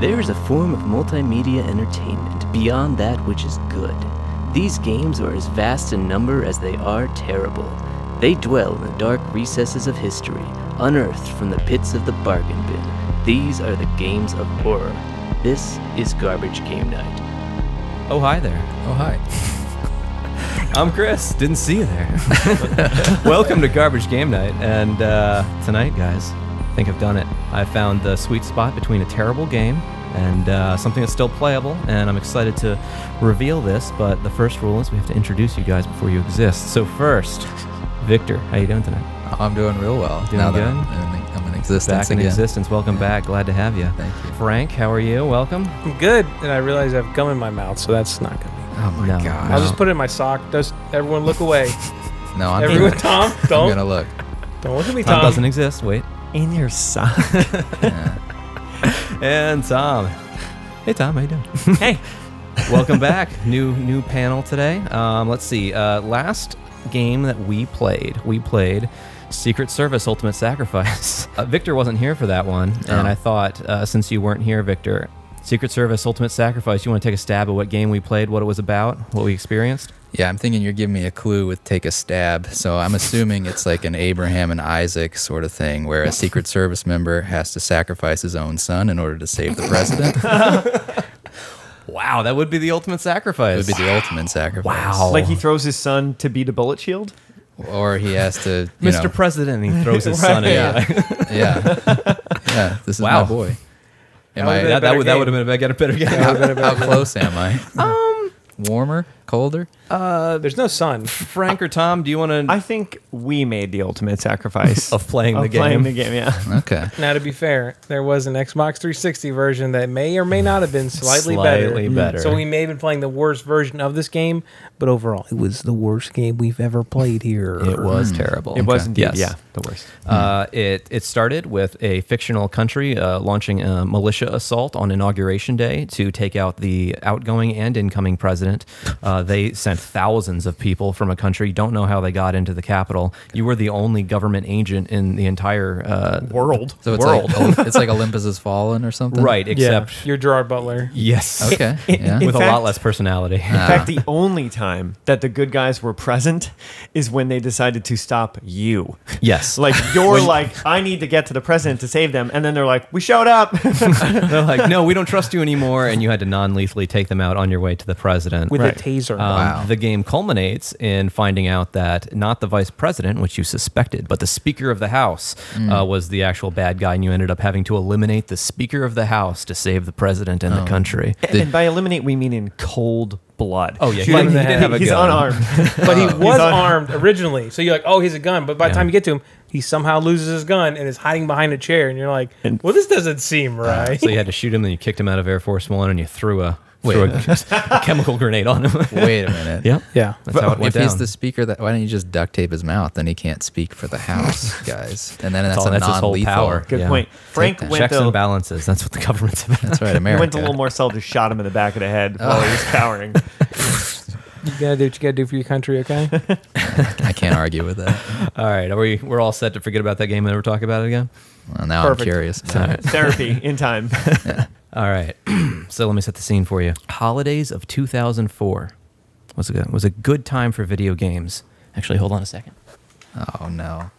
There is a form of multimedia entertainment beyond that which is good. These games are as vast in number as they are terrible. They dwell in the dark recesses of history, unearthed from the pits of the bargain bin. These are the games of horror. This is Garbage Game Night. Oh, hi there. Oh, hi. I'm Chris. Didn't see you there. Welcome to Garbage Game Night. And uh, tonight, guys, I think I've done it. I found the sweet spot between a terrible game and uh, something that's still playable. And I'm excited to reveal this. But the first rule is we have to introduce you guys before you exist. So first, Victor, how you doing tonight? I'm doing real well. Doing now that good? I'm in, I'm in existence Back in again. existence. Welcome back. Glad to have you. Thank you. Frank, how are you? Welcome. I'm good, and I realize I have gum in my mouth, so that's not gonna be. Oh my No, god. I'll just put it in my sock. Just everyone look away. No, I'm everyone, gonna, Tom, I'm don't gonna look. don't look at me, Tom Tom. doesn't exist. Wait. in your sock. Yeah. And Tom. Hey Tom, how you doing? hey, Welcome back. New new panel today. Um, let's see. Uh, last game that we played, we played Secret Service Ultimate Sacrifice. Uh, Victor wasn't here for that one, and Oh. I thought uh, since you weren't here, Victor, Secret Service Ultimate Sacrifice. You want to take a stab at what game we played, what it was about, what we experienced? yeah, I'm thinking you're giving me a clue with take a stab. So I'm assuming it's like an Abraham and Isaac sort of thing where a Secret Service member has to sacrifice his own son in order to save the president. it Wow, that would be the ultimate sacrifice. would be the ultimate sacrifice. Wow. like he throws his son to beat a bullet shield. Or he has to you Mr. know, President, and he throws his son. in Yeah. yeah. Yeah. This is Wow. my boy. Am I would've That, that, would, that game. would have been a better, better game. how, how close am I? Um warmer? Colder? Uh, There's no sun. Frank or Tom, do you want to I think we made the ultimate sacrifice of playing the of game? playing the game. Yeah, Okay. Now, to be fair, there was an Xbox 360 version that may or may not have been slightly, Slightly better. Mm. better. So we may have been playing the worst version of this game, but overall, it was the worst game we've ever played here. It was terrible. it was indeed. Yes. Yeah, the worst. Uh, it it started with a fictional country uh, launching a militia assault on inauguration day to take out the outgoing and incoming president. Uh, they sent thousands of people from a country. Don't know how they got into the capital. You were the only government agent in the entire uh, World. So it's world. like Olymp- it's like Olympus has fallen or something. right, except You're Gerard Butler. yes, Okay. Yeah. with a lot fact- Uh, less personality. In fact, the only time that the good guys were present is when they decided to stop you. yes, Like you're like, I need to get to the president to save them, and then they're like, we showed up they're like, no, we don't trust you anymore, and you had to non-lethally take them out on your way to the president With Right. a taser. Um, Wow. The game culminates in finding out that not the vice president, which you suspected, but the Speaker of the House Mm. uh, was the actual bad guy, and you ended up having to eliminate the Speaker of the House to save the president and Oh. the country. and by eliminate, we mean in cold blood. Oh, yeah, Shoot he didn't- him in he the didn't head. have a He's gun. unarmed. but he was on- armed originally. So you're like, oh, he's a gun. But by the Yeah. time you get to him, he somehow loses his gun and is hiding behind a chair. And you're like, well, this doesn't seem Uh, right. So you had to shoot him, then you kicked him out of Air Force One, and you threw a, threw a, a chemical grenade on him. Wait a minute. yep. yeah. That's how it If went he's down. the speaker, that why don't you just duct tape his mouth? Then he can't speak for the house, guys. And then that's, all- a that's his whole non-lethal. power. Good Yeah. point. Frank that. went Checks the and balances. That's what the government's about. That's right, America. He went a little more self, just shot him in the back of the head while he was cowering. You gotta do what you gotta do for your country, okay? I can't argue with that. All right, are we we're all set to forget about that game and never talk about it again? Well, now Perfect. I'm curious. Therapy in time. All right. so let me set the scene for you. Holidays of 2004 was a good, was a good time for video games. Actually, hold on a second. Oh no.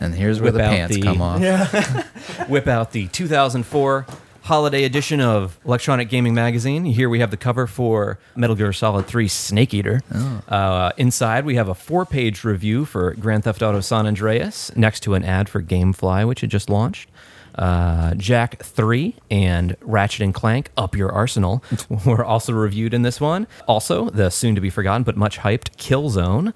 And here's where Whip the out pants the- come off. Whip out the 2004 holiday edition of Electronic Gaming Magazine. Here we have the cover for Metal Gear Solid 3 Snake Eater. Uh, inside, we have a four page review for Grand Theft Auto San Andreas, next to an ad for Gamefly, which had just launched. Uh, Jack 3 and Ratchet and Clank Up Your Arsenal were also reviewed in this one. Also, the soon to be forgotten but much hyped Killzone.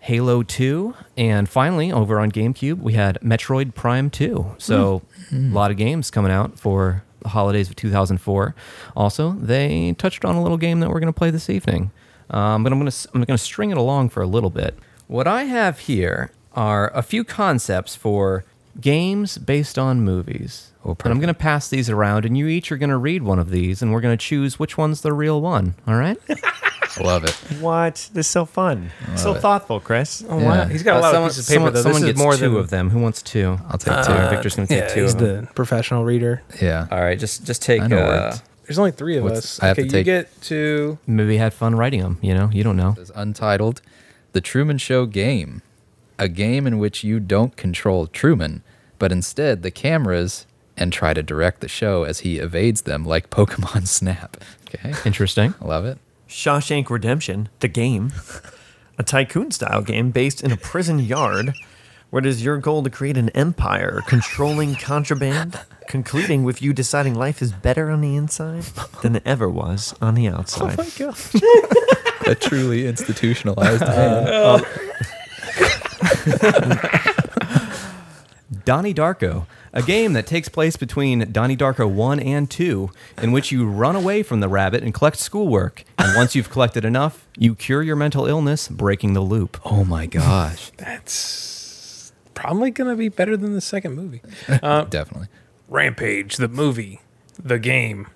Halo 2, and finally over on GameCube we had Metroid Prime 2. So a lot of games coming out for the holidays of 2004. Also, they touched on a little game that we're going to play this evening, um, but I'm going to I'm going to string it along for a little bit. What I have here are a few concepts for games based on movies. Oh, and I'm going to pass these around, and you each are going to read one of these, and we're going to choose which one's the real one. All right? Love it. What? This is so fun. so it. thoughtful, Chris. Oh, wow. Yeah. He's got a Uh, lot someone- of pieces of paper, someone- though. Someone this gets is more two than, Uh, of them. Who wants two? Uh, I'll take two. All right, Victor's gonna take Yeah, two. he's of them. the professional reader. yeah. All right, just just take. I know where Uh, it's- There's only three of What's- us. I have okay, to take- you get to. maybe had fun writing them. You know, you don't know. is untitled The Truman Show Game, a game in which you don't control Truman, but instead the cameras and try to direct the show as he evades them like Pokemon Snap. Okay. Interesting. I love it. Shawshank Redemption, the game, a tycoon style game based in a prison yard where it is your goal to create an empire controlling contraband, concluding with you deciding life is better on the inside than it ever was on the outside. A truly institutionalized Donnie Darko, a game that takes place between Donnie Darko 1 and 2, in which you run away from the rabbit and collect schoolwork. And once you've collected enough, you cure your mental illness, breaking the loop. Oh my gosh. That's probably going to be better than the second movie. Definitely. Rampage, the movie, the game.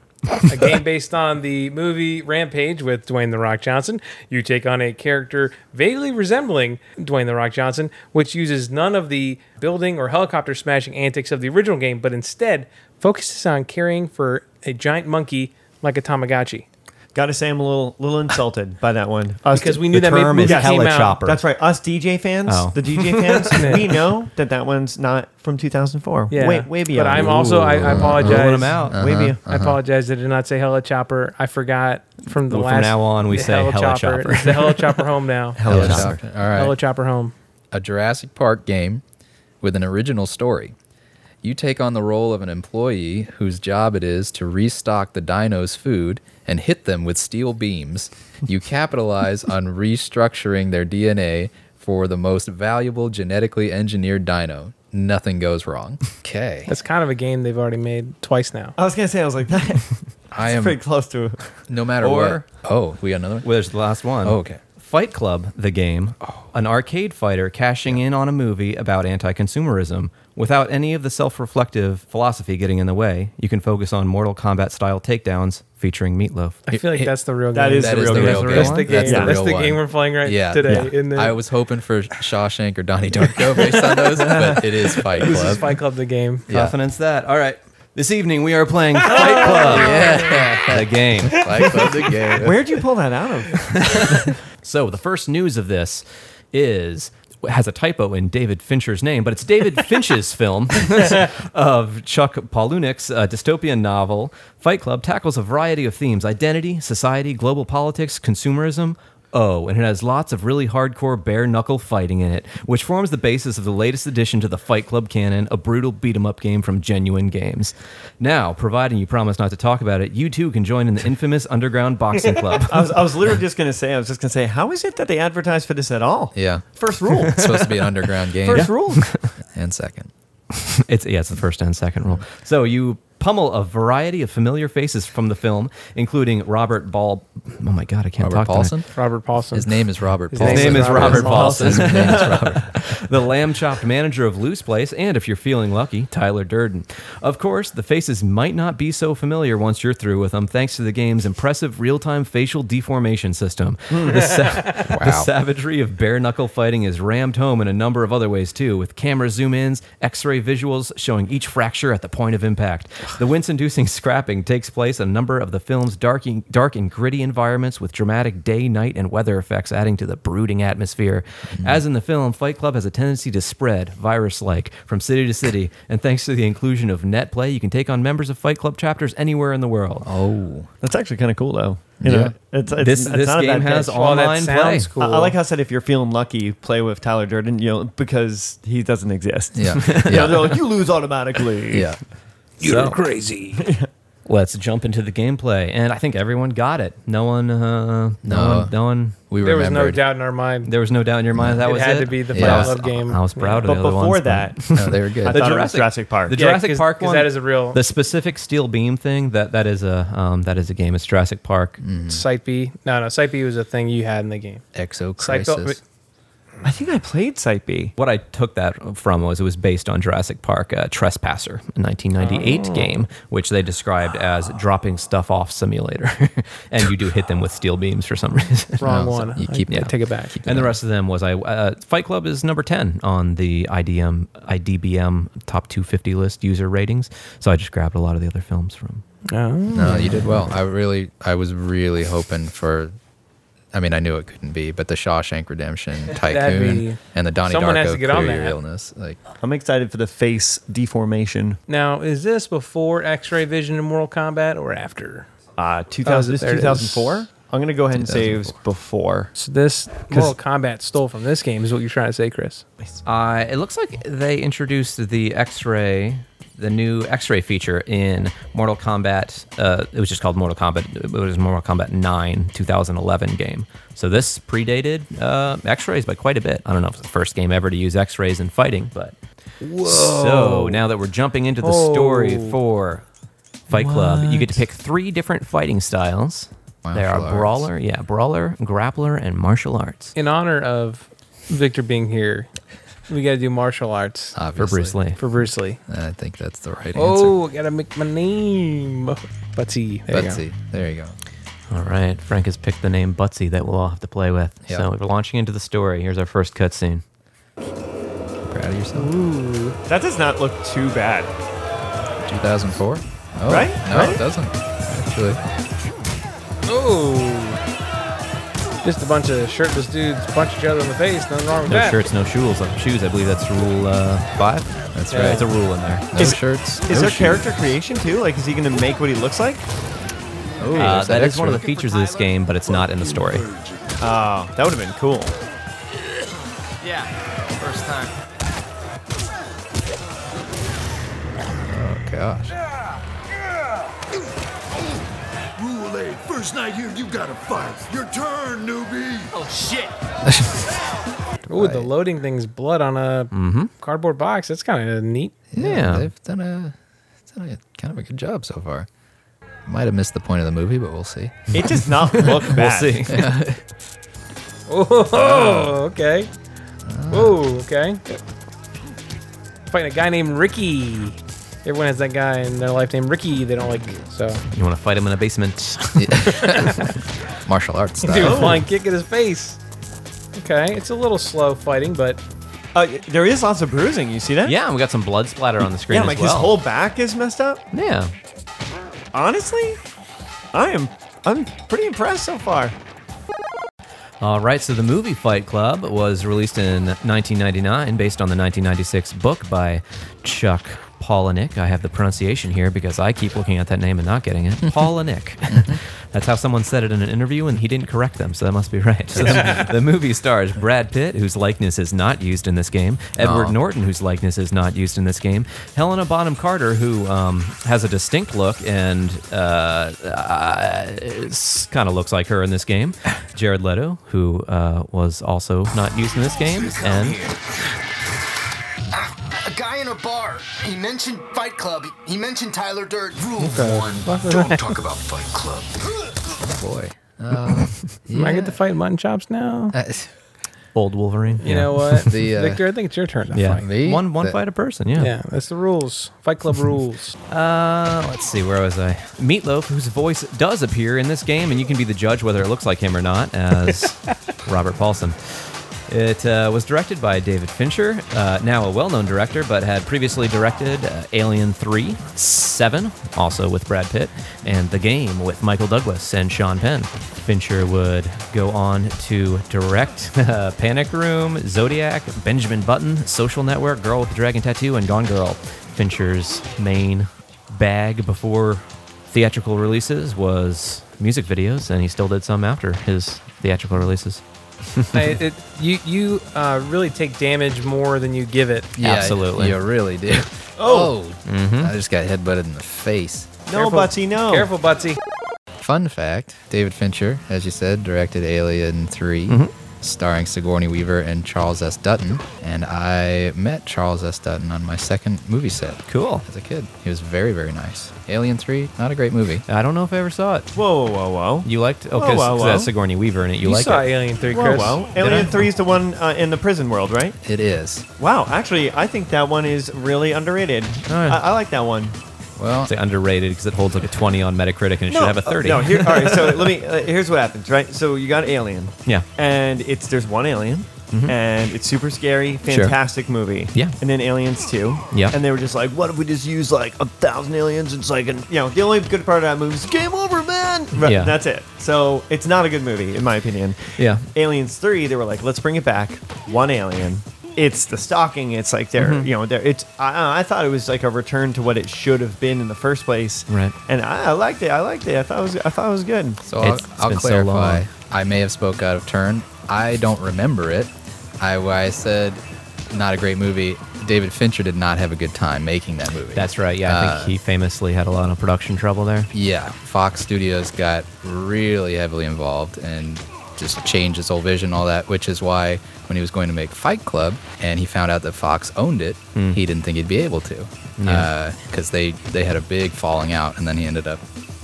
a game based on the movie Rampage with Dwayne The Rock Johnson. You take on a character vaguely resembling Dwayne The Rock Johnson, which uses none of the building or helicopter smashing antics of the original game, but instead focuses on caring for a giant monkey like a Tamagotchi. Gotta say, I'm a little little insulted by that one. Us Because we knew that term movie is came out. helichopper. That's right. Us DJ fans, Oh. the DJ fans, we know that that one's not from 2004. Yeah, Way, way beyond. But I'm also I, I apologize. Ruling 'em out. way Uh-huh, beyond. I apologize. I did not say hella chopper. I forgot from the Well, from last. now on, we the say hella chopper. It's the hella chopper home now. Hella Yes. chopper. All right. Hella chopper home. a Jurassic Park game with an original story. You take on the role of an employee whose job it is to restock the dinos' food and hit them with steel beams. You capitalize on restructuring their DNA for the most valuable genetically engineered dino. Nothing goes wrong. Okay. That's kind of a game they've already made twice now. I was gonna say I was like that. I pretty am close to. no matter Or- what. Oh, we got another one? Well, there's the last one. Oh, okay. Oh. Fight Club, the game, an arcade fighter cashing in on a movie about anti consumerism. Without any of the self reflective philosophy getting in the way, you can focus on Mortal Kombat style takedowns featuring Meatloaf. I feel like that's the real that game. is That the is real the game. real game. That's the game. That's the That's real the one. game we're playing right Yeah. today. yeah. In the, I was hoping for Shawshank or Donnie Darko based on those, but it is Fight Club. this is Fight Club the game. Yeah. Confidence that. All right. This evening we are playing Fight Club, the game. Fight Club the game. Where'd you pull that out of? So the first news of this is has a typo in David Fincher's name, but it's David Finch's film of Chuck Palahniuk's uh, dystopian novel Fight Club tackles a variety of themes: identity, society, global politics, consumerism. Oh, and it has lots of really hardcore bare knuckle fighting in it, which forms the basis of the latest addition to the Fight Club canon, a brutal beat 'em up game from Genuine Games. Now, providing you promise not to talk about it, you too can join in the infamous underground boxing club. I was, I was literally just gonna say. I was just gonna say. How is it that they advertise for this at all? Yeah. First rule. It's supposed to be an underground game. First rule. And second. It's yeah, it's the first and second rule. So you pummel a variety of familiar faces from the film, including Robert Ball. Oh my God, I can't Robert talk. Paulson? Robert Paulson. His name is Robert His Paulson. His name is Robert Paulson, His name is Robert. the lamb chopped manager of Loose Place, and if you're feeling lucky, Tyler Durden. Of course, the faces might not be so familiar once you're through with them, thanks to the game's impressive real-time facial deformation system. The sa- The Wow. savagery of bare knuckle fighting is rammed home in a number of other ways too, with camera zoom ins, x ray visuals showing each fracture at the point of impact. The wince inducing scrapping takes place in a number of the film's dark, dark and gritty environments, with dramatic day, night, and weather effects adding to the brooding atmosphere. Mm-hmm. As in the film, Fight Club has a tendency to spread, virus like, from city to city, and thanks to the inclusion of NetPlay, you can take on members of Fight Club chapters anywhere in the world. Oh. That's actually kind of cool though. You Yeah. know, it's, it's, this it's this not a game bad has pitch. Oh, that online play. sounds cool. I, I like how I said if you're feeling lucky, play with Tyler Durden, you know, because he doesn't exist. Yeah. You know, Yeah. they're like, you lose automatically. yeah. You're crazy. Let's jump into the gameplay, and I think everyone got it. No one, uh, no, No. one, no one. We there was no remembered. doubt in our mind. There was no doubt in your mind that it was had it. to be the Yeah. Fight Club game. I was proud of But the other before ones, that, No, Oh, they were good. I thought it was Jurassic- Jurassic Park. the Yeah, Jurassic 'cause- Park 'cause one. that is a real- the specific steel beam thing. That that is a um, that is a game. It's Jurassic Park. Mm. Site B. No, no. Site B was a thing you had in the game. Psycho. Exocrisis. I think I played Site B. What I took that from was it was based on Jurassic Park uh, Trespasser, a Oh. 1998 game, which they described as dropping stuff off simulator, and you do hit them with steel beams for some reason. Wrong No, so one. you I- keep- I yeah. take it back. And the rest of them was I. Uh, Fight Club is number ten on the IDM IDBM top 250 list user ratings. So I just grabbed a lot of the other films from. Oh. No, you did well. I really, I was really hoping for. I mean, I knew it couldn't be, but the Shawshank Redemption, Tycoon, be- and the Donnie Someone Darko has to get on Cure Your that. Illness. Like, I'm excited for the face deformation. Now, is this before X-ray vision in Mortal Kombat or after? Uh, 2000, Oh, this there it is. 2004? I'm going to go ahead and say it was before. So this Mortal Kombat stole from this game is what you're trying to say, Chris. Uh, it looks like they introduced the X-ray, the new X-ray feature in Mortal Kombat. Uh, it was just called Mortal Kombat. It was Mortal Kombat 9, 2011 game. So this predated uh, X-rays by quite a bit. I don't know if it's the first game ever to use X-rays in fighting, but. So now that we're jumping into the story Whoa. for Fight Club, you get to pick three different fighting styles. they are Martial arts. brawler, yeah, brawler, grappler, and martial arts. In honor of Victor being here, we got to do martial arts obviously, For Bruce Lee. for Bruce Lee. I think that's the right answer. Oh, I gotta make my name. Butsy. There But You see, there you go. All right, Frank has picked the name Butsy that we'll all have to play with. Yep. So we're launching into the story. Here's our first cutscene. Proud of yourself. That does not look too bad. 2004. Oh, Right? No, Right? it doesn't. Actually, go. Oh. Just a bunch of shirtless dudes punch each other in the face. Nothing wrong with No that. shirts, no shoes. uh, Shoes, I believe that's rule uh, five. that's Yeah. right. It's a rule in there. No Is- shirts. Is no Oh, there shoes. character creation too? Like, is he going to make what he looks like? Oh, Uh, there's that is one of the extra. features of this game, but it's not in the story. Oh, that would have been cool. Oh gosh. Rule 8, first night here, you gotta fight. Your turn, newbie. Ooh, the loading thing's blood on a cardboard box. That's kind of neat. Yeah. they've done a, done a kind of a good job so far. Might have missed the point of the movie, but we'll see. It does not look bad. We'll see. Oh, Ah. okay. Oh, okay. Fighting a guy named Ricky. Everyone has that guy in their life named Ricky they don't like. So, You want to fight him in a basement? Martial arts dude, style. flying kick in his face. Okay, it's a little slow fighting, but Uh, there is lots of bruising. You see that? yeah, we got some blood splatter on the screen Yeah, like as well. his whole back is messed up. yeah. Honestly, I am. I'm pretty impressed so far. All right, so the movie Fight Club was released in 1999 based on the 1996 book by Chuck Palahniuk. I have the pronunciation here because I keep looking at that name and not getting it. Palahniuk. That's how someone said it in an interview, and he didn't correct them, so that must be right. So the, the movie stars Brad Pitt, whose likeness is not used in this game, Edward Aw. Norton, whose likeness is not used in this game, Helena Bonham Carter, who um, has a distinct look and uh, kind of looks like her in this game. Jared Leto, who uh, was also not used in this game, and A guy in a bar. He mentioned Fight Club. He mentioned Tyler Dirt. Rule One, don't talk about Fight Club. boy. am I get to fight mutton chops now? Uh, old Wolverine. You know what, The, uh, Victor? I think it's your turn to yeah, fight. Me? one one The- fight a person. Yeah. Yeah, that's the rules. Fight Club rules. Uh, let's see, where was I? Meatloaf, whose voice does appear in this game, and you can be the judge whether it looks like him or not, as Robert Paulson. It uh, was directed by David Fincher, uh, now a well known director, but had previously directed uh, Alien 3, 7, also with Brad Pitt, and The Game with Michael Douglas and Sean Penn. Fincher would go on to direct uh, Panic Room, Zodiac, Benjamin Button, Social Network, Girl with the Dragon Tattoo, and Gone Girl. Fincher's main bag before theatrical releases was music videos, and he still did some after his theatrical releases. I, it, you you uh, really take damage more than you give it. yeah, Absolutely. You really do. Oh, I just got headbutted in the face. No, Careful. Butsy, Oh. no. Careful, Butsy. Fun fact: David Fincher, as you said, directed Alien 3 starring Sigourney Weaver and Charles S. Dutton. And I met Charles S. Dutton on my second movie set Cool. as a kid. He was very, very nice. Alien 3, not a great movie. I don't know if I ever saw it. Whoa, whoa, whoa. You liked? Oh, Whoa, because whoa, whoa. that's Sigourney Weaver in it. You, You like saw it? Alien 3, Whoa, Chris. whoa. I? Alien 3 is the one uh, in the prison world, right? It is. Wow, actually, I think that one is really underrated. right. I, I like that one. Well, It's underrated because it holds like a 20 on Metacritic and it should have a 30. No, here, all right. So let me. Uh, here's what happens, right? So you got Alien. Yeah. Mm-hmm. And it's there's one Alien, and it's super scary, fantastic movie. Yeah. And then Aliens Two. Yeah. And they were just like, what if we just use like a thousand aliens? It's like, an, you know, the only good part of that movie is game over, man. Right, Yeah. That's it. So it's not a good movie, in my opinion. Yeah. Aliens Three, they were like, let's bring it back. One alien. It's the stocking. It's like they're, Mm-hmm. you know, they're, it's. I, I thought it was like a return to what it should have been in the first place. Right. And I, I liked it. I liked it. I thought it was. I thought it was good. So I'll, It's I'll been so clarify. long. I may have spoke out of turn. I don't remember it. I, I said not a great movie. David Fincher did not have a good time making that movie. That's right. Yeah, I think he famously had a lot of production trouble there. Yeah, Fox Studios got really heavily involved and just changed his whole vision, all that, which is why when he was going to make Fight Club and he found out that Fox owned it, he didn't think he'd be able to Yeah. because they, they had a big falling out and then he ended up,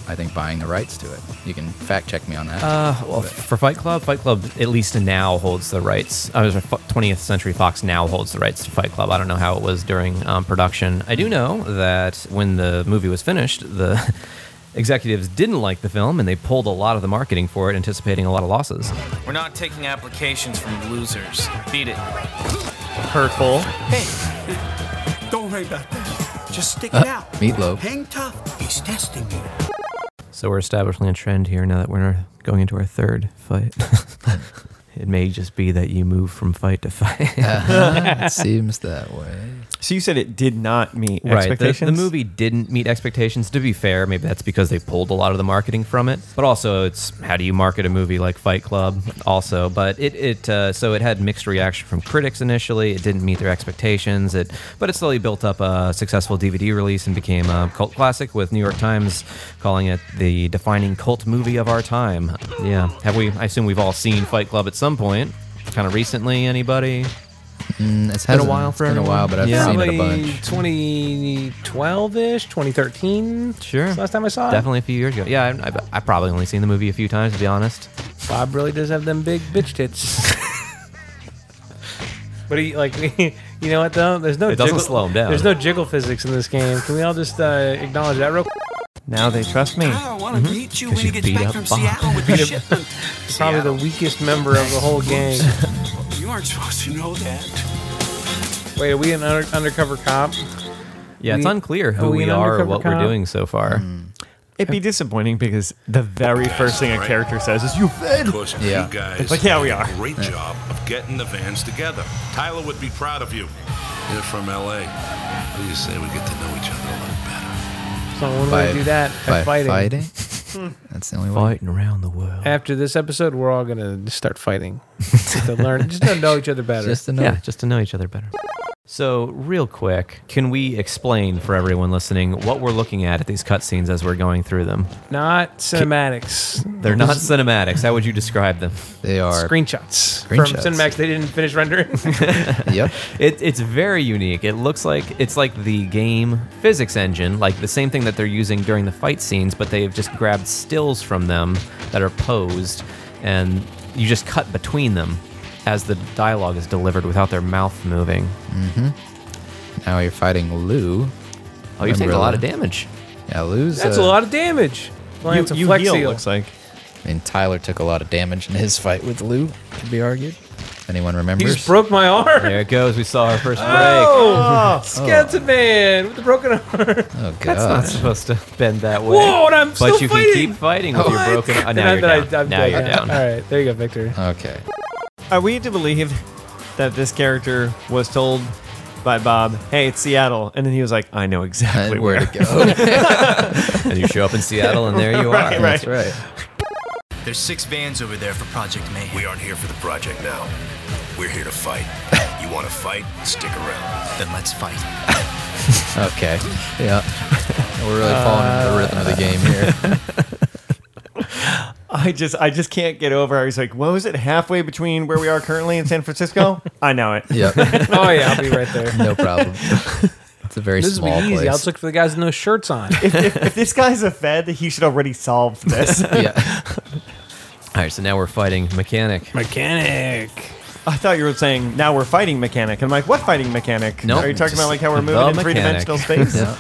I think, buying the rights to it. You can fact check me on that. Uh, well, for Fight Club, Fight Club at least now holds the rights. uh, I was 20th Century Fox now holds the rights to Fight Club. I don't know how it was during um, production. I do know that when the movie was finished, the executives didn't like the film and they pulled a lot of the marketing for it, anticipating a lot of losses. We're not taking applications from losers. Beat it. Hurtful. Don't worry about that. Just stick it out. Meatloaf. Hang tough. He's testing you. So we're establishing a trend here now that we're in our- going into our third fight. it may just be that you move from fight to fight. Uh-huh, it seems that way. Mm, So you said it did not meet Right. The, expectations. the movie didn't meet expectations. To be fair, maybe that's because they pulled a lot of the marketing from it. But also, it's how do you market a movie like Fight Club? Also, but it it uh, so it had mixed reaction from critics initially. It didn't meet their expectations. It but it slowly built up a successful DVD release and became a cult classic. With New York Times calling it the defining cult movie of our time. Yeah. Have we? I assume we've all seen Fight Club at some point. Kind of recently, anybody? Mm, It's been a while for It's been a everyone. while, but I've Yeah. seen it a Probably bunch. 2012 ish, 2013. Sure. That's the last time I saw it. Definitely a few years ago. Yeah, I, I, I probably only seen the movie a few times to be honest. Bob really does have them big bitch tits. but he like you know what though? There's no It doesn't slow him down. There's no jiggle physics in this game. Can we all just uh, acknowledge that real? quick? Now they trust me. I want to meet you when you he gets beat back up from Bob. Seattle with the shipment. Probably the weakest member of the whole gang. You aren't supposed to know that. Wait, are we an under- undercover cop? Yeah, it's We- unclear are who we we an are or undercover what we're cop? doing so far. It'd be disappointing because the very first thing a character says is "you failed." Push Yeah. you guys. It's like, yeah, we did a are. Great job of getting the vans together. Tyler would be proud of you. You're from LA. What do you say we get to know each other a little better? So when we do that, by, fighting. That's the only way. Fighting around the world. After this episode, we're all gonna just start fighting. just to learn, just to know each other better. Just to know. Yeah, just to know each other better. So, real quick, can we explain for everyone listening what we're looking at at these cutscenes as we're going through them? Not cinematics. They're not cinematics. How would you describe them? They are. Screenshots, Screenshots. from Cinemax. They didn't finish rendering. Yep. It, it's very unique. It looks like it's like the game physics engine, like the same thing that they're using during the fight scenes, but they've just grabbed stills from them that are posed, and you just cut between them as the dialogue is delivered without their mouth moving. Now you're fighting Lou. Oh, you're taking a Umbrella. lot of damage. Yeah, Lou's. That's uh, a lot of damage. You, Lance of you Flex heal, Seal. looks like. I mean, Tyler took a lot of damage in his fight with Lou, could be argued. If anyone He remembers. just broke my arm. There it goes. We saw our first break. Oh, skeleton man with the broken arm. oh, God. That's not supposed to bend that way. Whoa, and I'm but still you fighting. can keep fighting with your broken. Oh, now Then I- you're then I- down. I'm now you're down. All right, there you go, Victor. okay. Are we to believe that this character was told by Bob, "Hey, it's Seattle," and then he was like, "I know exactly And where to go. And you show up in Seattle, and there you are. Right, right. That's right. There's six vans over there for Project Mayhem. We aren't here for the project now. We're here to fight. you want to fight? Stick around. Then let's fight. Okay. Yeah. We're really falling into the rhythm of the game here. I just I just can't get over. I was like, what was it? Halfway between where we are currently in San Francisco? I know it. Yep. Oh yeah, I'll be right there. No problem. It's a very This will small be easy. I'll place. just look for the guys with no shirts on. If this guy's a Fed, he should already solve this. yeah. All right, so now we're fighting mechanic. Mechanic. I thought you were saying now we're fighting mechanic. And I'm like, what fighting mechanic? Nope. Are you talking about like how we're The moving in mechanic. three dimensional space? Yeah.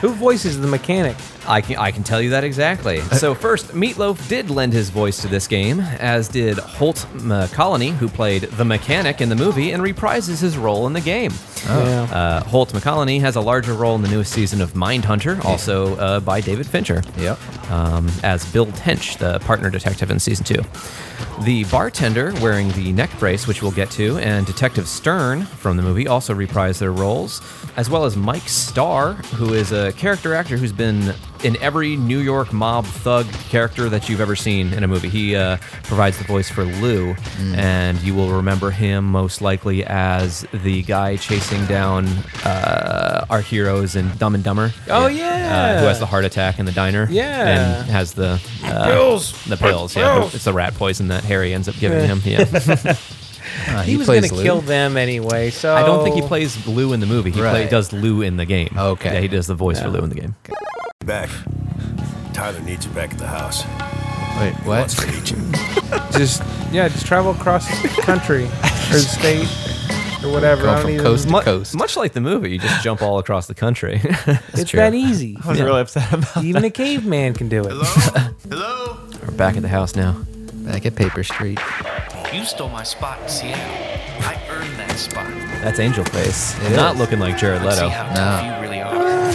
Who voices the mechanic? I can I can tell you that exactly. So first, Meatloaf did lend his voice to this game, as did Holt McCollany, who played the mechanic in the movie and reprises his role in the game. Yeah. Uh, Holt McCollany has a larger role in the newest season of Mindhunter, also uh, by David Fincher. Yep. um, as Bill Tench, the partner detective in season two. The bartender wearing the neck brace, which we'll get to, and Detective Stern from the movie also reprise their roles, as well as Mike Starr, who is a character actor who's been in every New York mob thug character that you've ever seen in a movie. He uh, provides the voice for Lou, and you will remember him most likely as the guy chasing down uh, our heroes in Dumb and Dumber. Oh, Uh, who yeah. has the heart attack in the diner. Yeah. And has the uh, Pills. The pills, yeah. Pills. It's the rat poison that Harry ends up giving Yeah. him. Yeah. Ah, he, was plays gonna Lou. kill them anyway, so I don't think he plays Lou in the movie. He play, Right. does Lou in the game. Okay. Yeah, he does the voice for Lou in the game. Back. Tyler needs you back at the house. Wait, what? meet you. just yeah, just travel across the country or the state or whatever. Going I don't from even- coast to Mu- coast. Much like the movie, you just jump all across the country. it's that easy. I was really upset about Even a caveman can do it. Hello? Hello? We're back at the house now. Back at Paper Street. You stole my spot in Seattle. I earned that spot. That's Angel Face. It Not is. looking like Jared Let's see Leto. how No. tough you really are.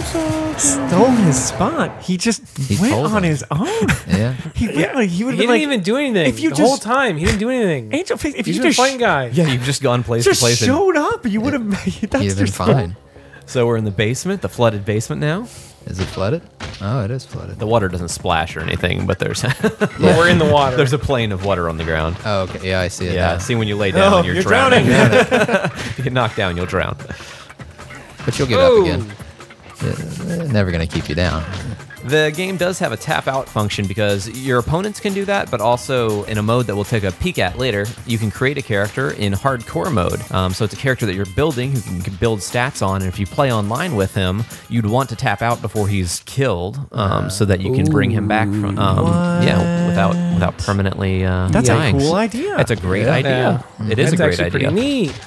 stole his spot. He just went told on him. his own. Yeah. He went like he would He have been didn't like even do anything. if you the whole just- time, he didn't do anything. Angel Face. If He's you just a just fun guy. Yeah, you've just gone place just to place. and- showed up, you would have made that's He's been your fine. so we're in the basement, the flooded basement now. Is it flooded? Oh, it is flooded. The water doesn't splash or anything, but there's But we're in the water. there's a plane of water on the ground. Oh, okay. Yeah, I see it. Yeah, now. uh, see when you lay down Oh, and you're, you're drowning. drowning. if you get knocked down, you'll drown. But you'll get Oh. up again. Yeah, they're never going to keep you down. The game does have a tap out function because your opponents can do that, but also in a mode that we'll take a peek at later, you can create a character in hardcore mode. Um, so it's a character that you're building who can- can build stats on, and if you play online with him, you'd want to tap out before he's killed, um, so that you can bring him back from um, yeah without without permanently uh, That's a dying. cool idea. That's a great idea. It is Mm-hmm. That's a great actually idea. pretty neat.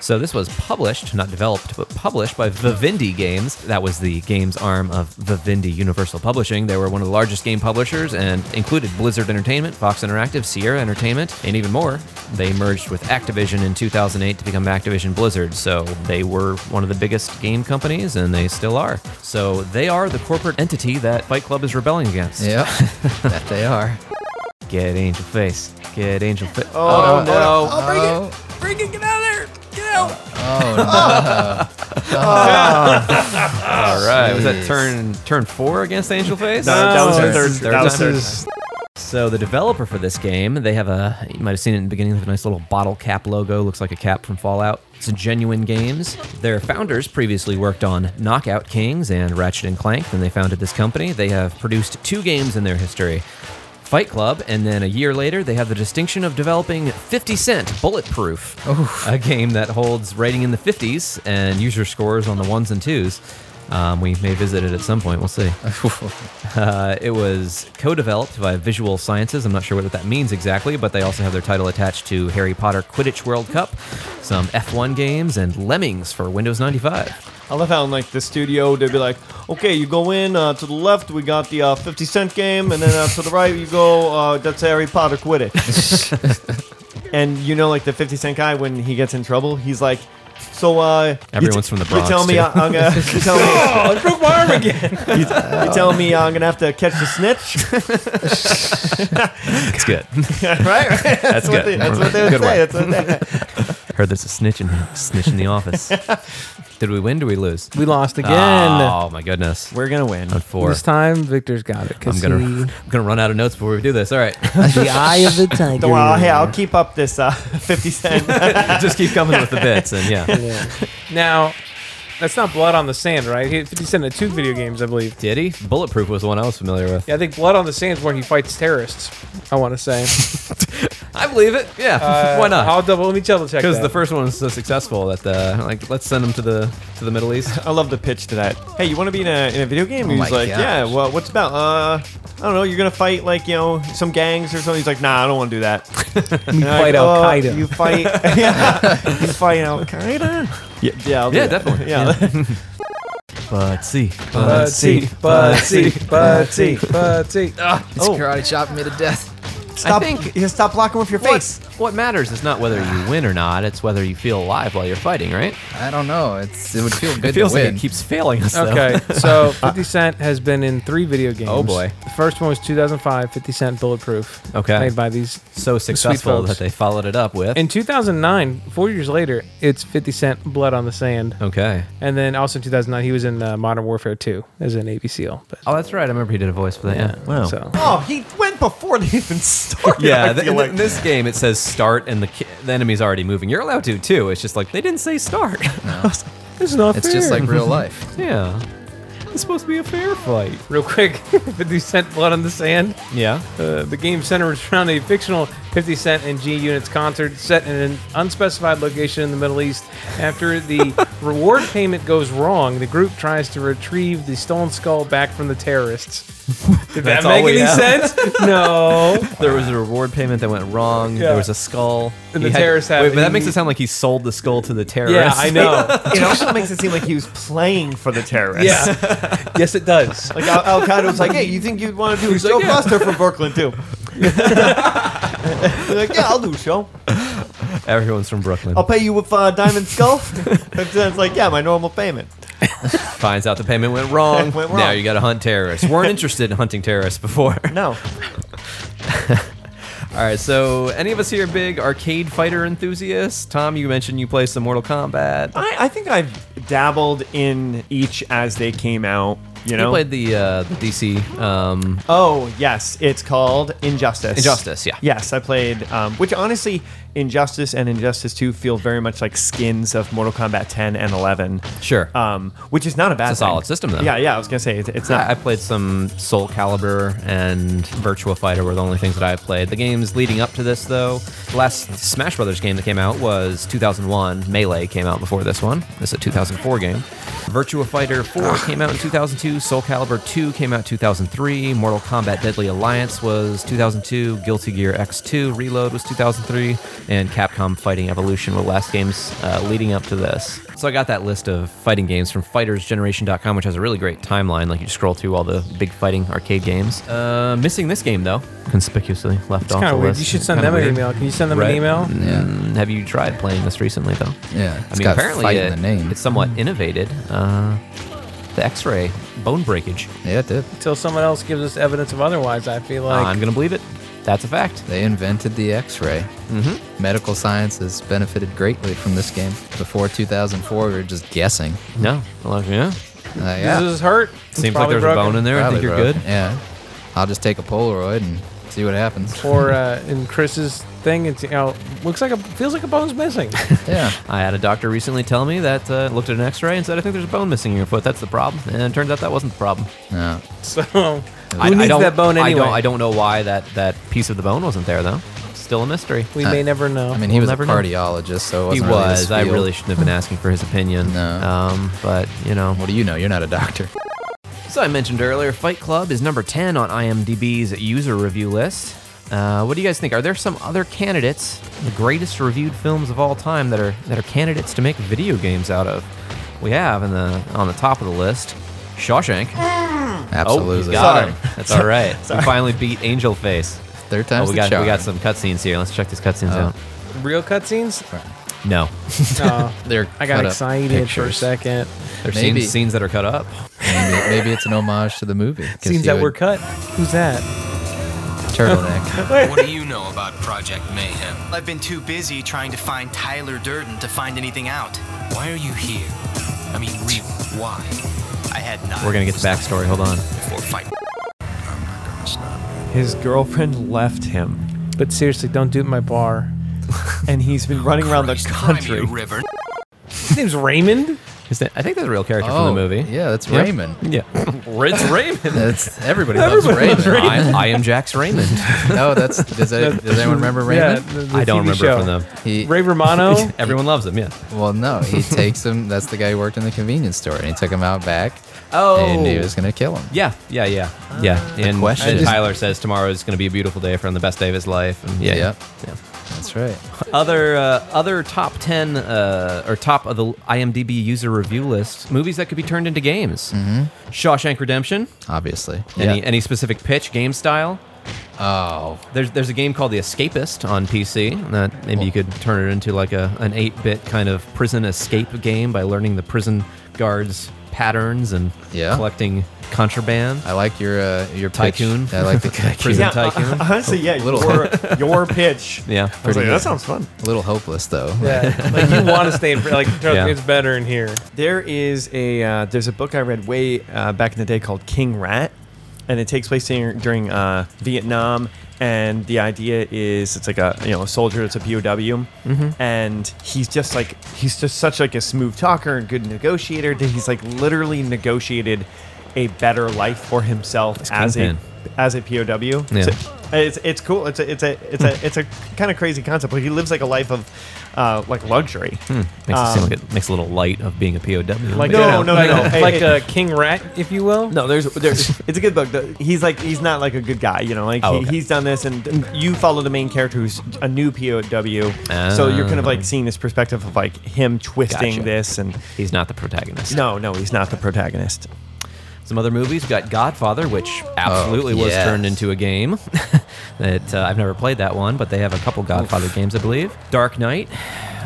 So this was published, not developed, but published by Vivendi Games. That was the games arm of Vivendi Universal Publishing. They were one of the largest game publishers and included Blizzard Entertainment, Fox Interactive, Sierra Entertainment, and even more. They merged with Activision in 2008 to become Activision Blizzard. So they were one of the biggest game companies, and they still are. So they are the corporate entity that Fight Club is rebelling against. Yep. that they are. Get Angel Face. Get Angel Face. Oh, no. Oh, Bring it, get out of there. Get out. All right. Was that jeez. turn turn four against Angel Face? No, that was No. her third. Oh, Third that was time. her So the developer for this game, they have a you might have seen it in the beginning, like a nice little bottle cap logo, looks like a cap from Fallout. It's genuine games. Their founders previously worked on Knockout Kings and Ratchet and Clank, then they founded this company. They have produced two games in their history. Fight Club, and then a year later, they have the distinction of developing 50 Cent Bulletproof, a game that holds rating in the 50s and user scores on the ones and twos. Um, we may visit it at some point. We'll see. Uh, it was co-developed by Visual Sciences. I'm not sure what that means exactly, but they also have their title attached to Harry Potter Quidditch World Cup, some F1 games, and Lemmings for Windows 95. I love how in like the studio they'd be like, okay, you go in uh, to the left, we got the uh, Fifty Cent game, and then uh, to the right you go, uh, that's Harry Potter Quidditch. and you know, like the Fifty Cent guy when he gets in trouble, he's like, so uh, you Everyone's from the Bronx, You tell too. me I, I'm gonna you tell me Oh, I broke my arm again. you tell me I'm gonna have to catch the snitch, It's good. right? right? That's, good. what they, that's what they would Good say. one. That's what they, Heard there's a snitch in snitch in the office. Did we win? Did we lose? We lost again. Oh my goodness. we're gonna win. on four. This time, Victor's got it I'm because gonna I'm gonna run out of notes before we do this. All right, the eye of the tiger. Don't worry, hey, I'll keep up this uh, Fifty Cent. just keep coming with the bits and yeah. Now, That's not Blood on the Sand, right? He 50 Cent had two video games, I believe. Did he? Bulletproof was the one I was familiar with. Yeah, I think Blood on the Sand is where he fights terrorists. I want to say. I believe it. Yeah. Uh, Why not? I'll double. Let me double check. because that. the first one was so successful that the like let's send him to the to the Middle East. I love the pitch to that. Hey, you want to be in a, in a video game? He's my like, gosh. yeah. Well, what's it about? Uh, I don't know. You're gonna fight like you know some gangs or something. He's like, nah, I don't want to do that. you fight Al-Qaeda. "Oh, You fight. yeah, you fight Al Qaeda. Yeah, yeah, I'll do Yeah, that. definitely. Yeah. But see, But see, but see, but see, but see. Oh. It's oh, karate chopping me to death. Stop. I think- you stop blocking with your what, face. what matters is not whether you win or not; it's whether you feel alive while you're fighting, right? I don't know. It's it would feel good It feels to like win. it keeps failing us. though. Okay, so 50 Cent has been in three video games. Oh, boy. The first one was 2005, 50 Cent Bulletproof. Okay. Made by these. so successful folks. that they followed it up with. In 2009, four years later, it's 50 Cent Blood on the Sand. okay. And then also in 2009, he was in uh, Modern Warfare 2 as an Navy SEAL. But, uh, Oh, that's right. I remember he did a voice for that. Yeah. Wow. So. Oh, he went before they even started. Yeah, I th- feel in, like. in this game it says start, and the ki- the enemy's already moving. You're allowed to too. It's just like they didn't say start. It's not it's just like real life. yeah, it's supposed to be a fair fight. Real quick, 50 Cent Blood on the Sand. Yeah. Uh, the game centers around a fictional 50 Cent and G Unit's concert set in an unspecified location in the Middle East. After the reward payment goes wrong, the group tries to retrieve the stolen skull back from the terrorists. Did that That's all make we any have. sense? No. There was a reward payment that went wrong. Yeah. There was a skull. And He the had- terrorists had Wait, it. but that makes He- it sound like he sold the skull to the terrorists. Yeah, I know. it also makes it seem like he was playing for the terrorists. Yeah. yes, it does. Like Al Qaeda was like, "Hey, you think you'd want to do a show like, "Yeah." Buster from Brooklyn too?" They're like, "Yeah, I'll do a show. Everyone's from Brooklyn. I'll pay you with uh, Diamond Skull." And then it's like, "Yeah, my normal payment." Finds out the payment went wrong. Went wrong. Now you got to hunt terrorists. Weren't interested in hunting terrorists before. No, All right, so any of us here big arcade fighter enthusiasts? Tom, you mentioned you play some Mortal Kombat. I, I think I've dabbled in each as they came out. You You know. played the uh, the DC. Um, oh yes, it's called Injustice. Injustice, yeah. Yes, I played. Um, which honestly, Injustice and Injustice Two feel very much like skins of Mortal Kombat 10 and 11. Sure. Um, which is not a bad. It's a solid thing. system, though. Yeah, yeah. I was gonna say it's, it's not. I I played some Soul Calibur and Virtua Fighter were the only things that I played. The games leading up to this, though, the last Smash Brothers game that came out was 2001. Melee came out before this one. This is a 2004 game. Virtua Fighter 4 came out in 2002. Soul Calibur 2 came out 2003. Mortal Kombat Deadly Alliance was 2002. Guilty Gear X2 Reload was 2003. And Capcom Fighting Evolution were the last games uh, leading up to this. So I got that list of fighting games from fightersgeneration.com, which has a really great timeline. Like you scroll through all the big fighting arcade games. Uh, missing this game, though, conspicuously left off Kind the of weird. list. You should send Kinda them an weird. email. Can you send them Right. an email? Yeah, Mm, Have you tried playing this recently, though? I yeah. It's mean, got apparently fight it- in the name. Hmm. it's somewhat innovated. Uh, the X-ray bone breakage. yeah, it did. Until someone else gives us evidence of otherwise, I feel like. I'm gonna believe it. That's a fact. They invented the X-ray. Mm-hmm. Medical sciences benefited greatly from this game. Before 2004, we were just guessing. No, well, yeah. Uh, yeah, This is hurt. It's Seems like probably there's a broken. bone in there. I probably think you're broke. good. Yeah, I'll just take a Polaroid and see what happens. Or uh, in Chris's thing, it's you know looks like a feels like a bone's missing. yeah, I had a doctor recently tell me that uh, looked at an X-ray and said, "I think there's a bone missing in your foot. That's the problem." And it turns out that wasn't the problem. no. So who I, needs I don't, that bone I anyway? don't, I don't know why that, that piece of the bone wasn't there though. Still a mystery. we I- may never know. I mean, he was a never know. cardiologist, so it He wasn't really his was. I field. really shouldn't have been asking for his opinion. No. Um, but you know, What do you know? You're not a doctor. Oh, So I mentioned earlier, Fight Club is number 10 on IMDb's user review list. Uh, what do you guys think? Are there some other candidates, the greatest reviewed films of all time, that are that are candidates to make video games out of? We have in the on the top of the list, Shawshank. Oh, you Absolutely. got him. That's all right. we finally beat Angel Face. Third Oh, time's we the got charm. we got some cutscenes here. Let's check these cutscenes Oh. out. Real cutscenes? No, No. They're I got cut up excited for a pictures. second. there's Maybe. scenes, scenes that are cut up. Maybe, maybe it's an homage to the movie. 'cause Scenes he that were would- cut. Who's that? turtleneck. What do you know about Project Mayhem? I've been too busy trying to find Tyler Durden to find anything out. Why are you here? I mean, really, why? I had not. We're gonna get the backstory. Hold on. Or fight. his girlfriend left him, But seriously, don't do it in my bar. and he's been running around the Christ, cry me a country. river. His name's Raymond? His name, I think that's a real character from the movie. Oh, yeah, that's Yep. Raymond. Yeah. Ritz Raymond. That's everybody loves Raymond. I, I am Jax Raymond. No, that's does, that, does anyone remember Raymond? Yeah, the- the I don't TV remember show. from them. He, Ray Oh. Romano. Everyone loves him, yeah. well, no, he takes him. That's the guy who worked in the convenience store, and he took him out back. Oh. and he was gonna kill him. Yeah, yeah, yeah, yeah. And question and is- Tyler says tomorrow is going to be a beautiful day for him, the best day of his life. And yeah, Yep. yeah. That's right. Other uh, other top ten uh, or top of the IMDb user review list movies that could be turned into games: Mm-hmm. Shawshank Redemption. Obviously. Any Yeah. any specific pitch, game style? oh, There's there's a game called The Escapist on PC that maybe you could turn it into like a an eight bit kind of prison escape game by learning the prison guards patterns and Yeah. collecting contraband. I like your uh, your pitch. Tycoon. I like the tycoon. Prison Yeah, Tycoon. Honestly, yeah, Little- your, your pitch. Yeah. I was like, Pretty that good. sounds fun. A little hopeless though. Yeah. like you want to stay in. Like trust Yeah. me, it's better in here. There is a uh, there's a book I read way uh, back in the day called King Rat, and it takes place during, during uh, Vietnam. And the idea is it's like a you know a soldier that's a POW, Mm-hmm. and he's just like he's just such like a smooth talker and good negotiator that he's like literally negotiated a better life for himself as Kingpin. a as a POW. Yeah. So- it's, it's cool. It's a it's a it's a it's a kind of crazy concept. Like he lives like a life of uh, like luxury. Makes it Um, seem like it makes a little light of being a POW. Like, But, no, you know, no, like, no. Hey, like hey. a king rat, if you will. No, there's there's. it's a good book. The- He's like he's not like a good guy, you know. Like Oh, he, okay. he's done this, and you follow the main character who's a new POW. so you're kind of like seeing this perspective of like him twisting Gotcha. this, and he's not the protagonist. no, no, he's not the protagonist. Some other movies We got Godfather, which Oh, absolutely was yes. turned into a game. that uh, I've never played that one, but they have a couple Godfather games, I believe. Dark Knight,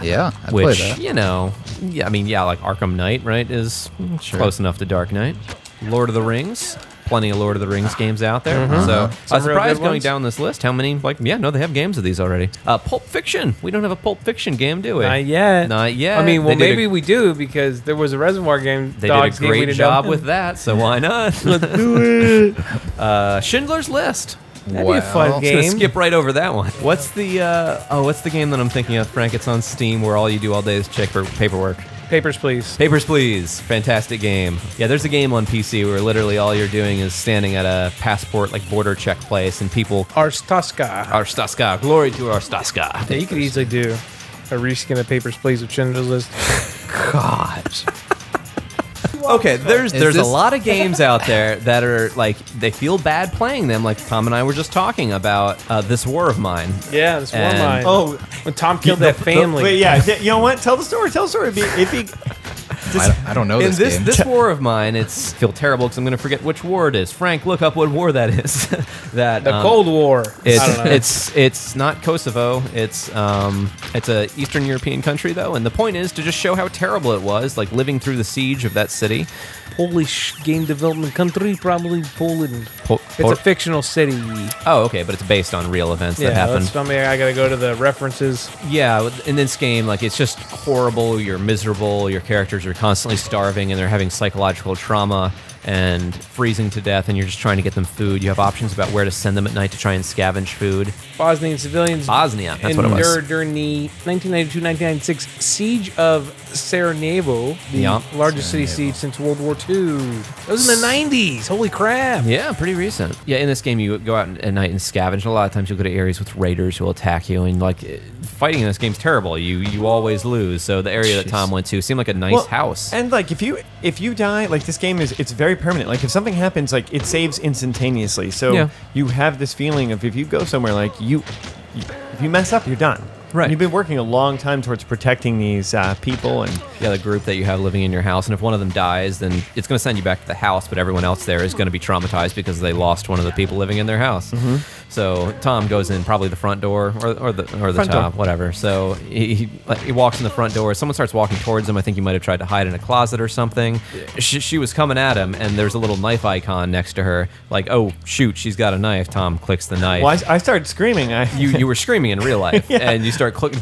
Yeah, I which play that. you know, yeah, I mean, yeah, like Arkham Knight, right, is Sure. close enough to Dark Knight. Lord of the Rings, plenty of Lord of the Rings games out there. So I Some was real surprised good going ones. down this list how many like yeah no they have games of these already. Uh, Pulp Fiction, we don't have a Pulp Fiction game, do we? Not yet. Not yet. I mean, They well, did a- maybe we do because there was a Reservoir Game They Dogs did a game we great didn't job know. with that, so why not? Let's do it. Uh, Schindler's List. That'd be a fun Well, game. Gonna skip right over that one. What's the uh, oh? What's the game that I'm thinking of, Frank? It's on Steam, where all you do all day is check for paperwork. Papers, please. Papers, please. Fantastic game. Yeah, there's a game on PC where literally all you're doing is standing at a passport like border check place, and people Ars Tosca. Arstaska, glory to Arstaska. Yeah, you could easily do a reskin of Papers, please with Schindler's List. Gosh. Okay, there's Is there's this- a lot of games out there that are like they feel bad playing them. Like Tom and I were just talking about uh, this war of mine. Yeah, that's one And- line. Oh, when Tom killed that family. Wait, yeah, yeah, you know what? Tell the story. Tell the story. It'd be, it'd be I don't, I don't know In Oh, this, this game. this war of mine, it's feel terrible because I'm going to forget which war it is. Frank, look up what war that is. that The um, Cold War. I It's don't know. it's it's not Kosovo. It's um it's a Eastern European country though, and the point is to just show how terrible it was, like living through the siege of that city. Polish game development country, probably Poland. Po- It's po- a fictional city. oh, okay, but it's based on real events Yeah, that happened. that's something I gotta go to the references. Yeah, with- in this game, like it's just horrible. You're miserable. Your characters are constantly starving, and they're having psychological trauma and freezing to death. And you're just trying to get them food. You have options about where to send them at night to try and scavenge food. Bosnian civilians Bosnia, that's what it endured was. during the 1992-1996 siege of Sarajevo, the Yeah. largest city siege since World War II. That was in the 90s. Holy crap! Yeah, pretty recent. Yeah, in this game, you go out at night and scavenge. A lot of times, you'll go to areas with raiders who will attack you, and like eh, fighting in this game's terrible. You you always lose. So the area that Tom went to seemed like a nice Well, house. And like if you if you die, like this game is it's very permanent. Like if something happens, like it saves instantaneously. So Yeah. you have this feeling of if you go somewhere, like you, you if you mess up, you're done. Right. And you've been working a long time towards protecting these uh, people, and yeah, the group that you have living in your house, and if one of them dies, then it's going to send you back to the house. But everyone else there is going to be traumatized because they lost one of the people living in their house. Mm-hmm. So Tom goes in probably the front door or, or the or the Front door. top, whatever. So he he, like, he walks in the front door. Someone starts walking towards him. I think he might have tried to hide in a closet or something. She, she was coming at him, and there's a little knife icon next to her. Like, oh shoot, she's got a knife. Tom clicks the knife well, I, I started screaming. I you you were screaming in real life, and you start click,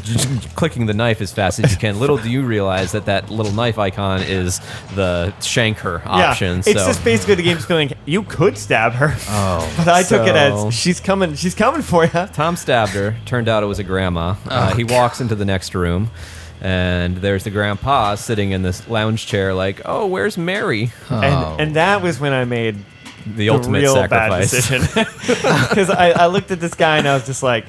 clicking the knife as fast as you can. Little do you realize that that little knife icon is the shank her option. Yeah, so it's just basically the game's feeling you could stab her, Oh. but I took it So- as she's coming. She's coming for you. Oh, Tom stabbed her. Turned out it was a grandma. Uh, he walks into the next room. And there's the grandpa sitting in this lounge chair, like, oh, where's Mary? Oh. And, and that was when I made The, ultimate real sacrifice. bad decision. Because I, I looked at this guy and I was just like,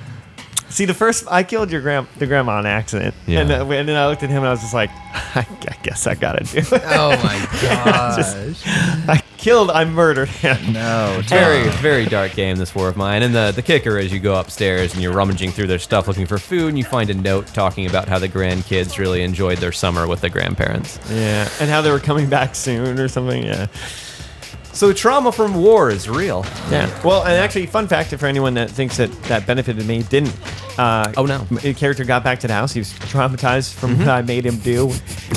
see, the first I killed your grand the grandma on accident, Yeah. and, uh, and then I looked at him and I was just like, I, I guess I gotta do it. Oh my gosh. I killed, I murdered him. no, Very, Tom. very dark game, this War of Mine. And the, the kicker is you go upstairs and you're rummaging through their stuff looking for food, and you find a note talking about how the grandkids really enjoyed their summer with the grandparents. Yeah, and how they were coming back soon or something. Yeah. So trauma from war is real. Yeah. Well, and actually, fun fact for anyone that thinks that that benefited me, it didn't. Uh, Oh, no. Mm-hmm. The character got back to the house. He was traumatized from what I made him do,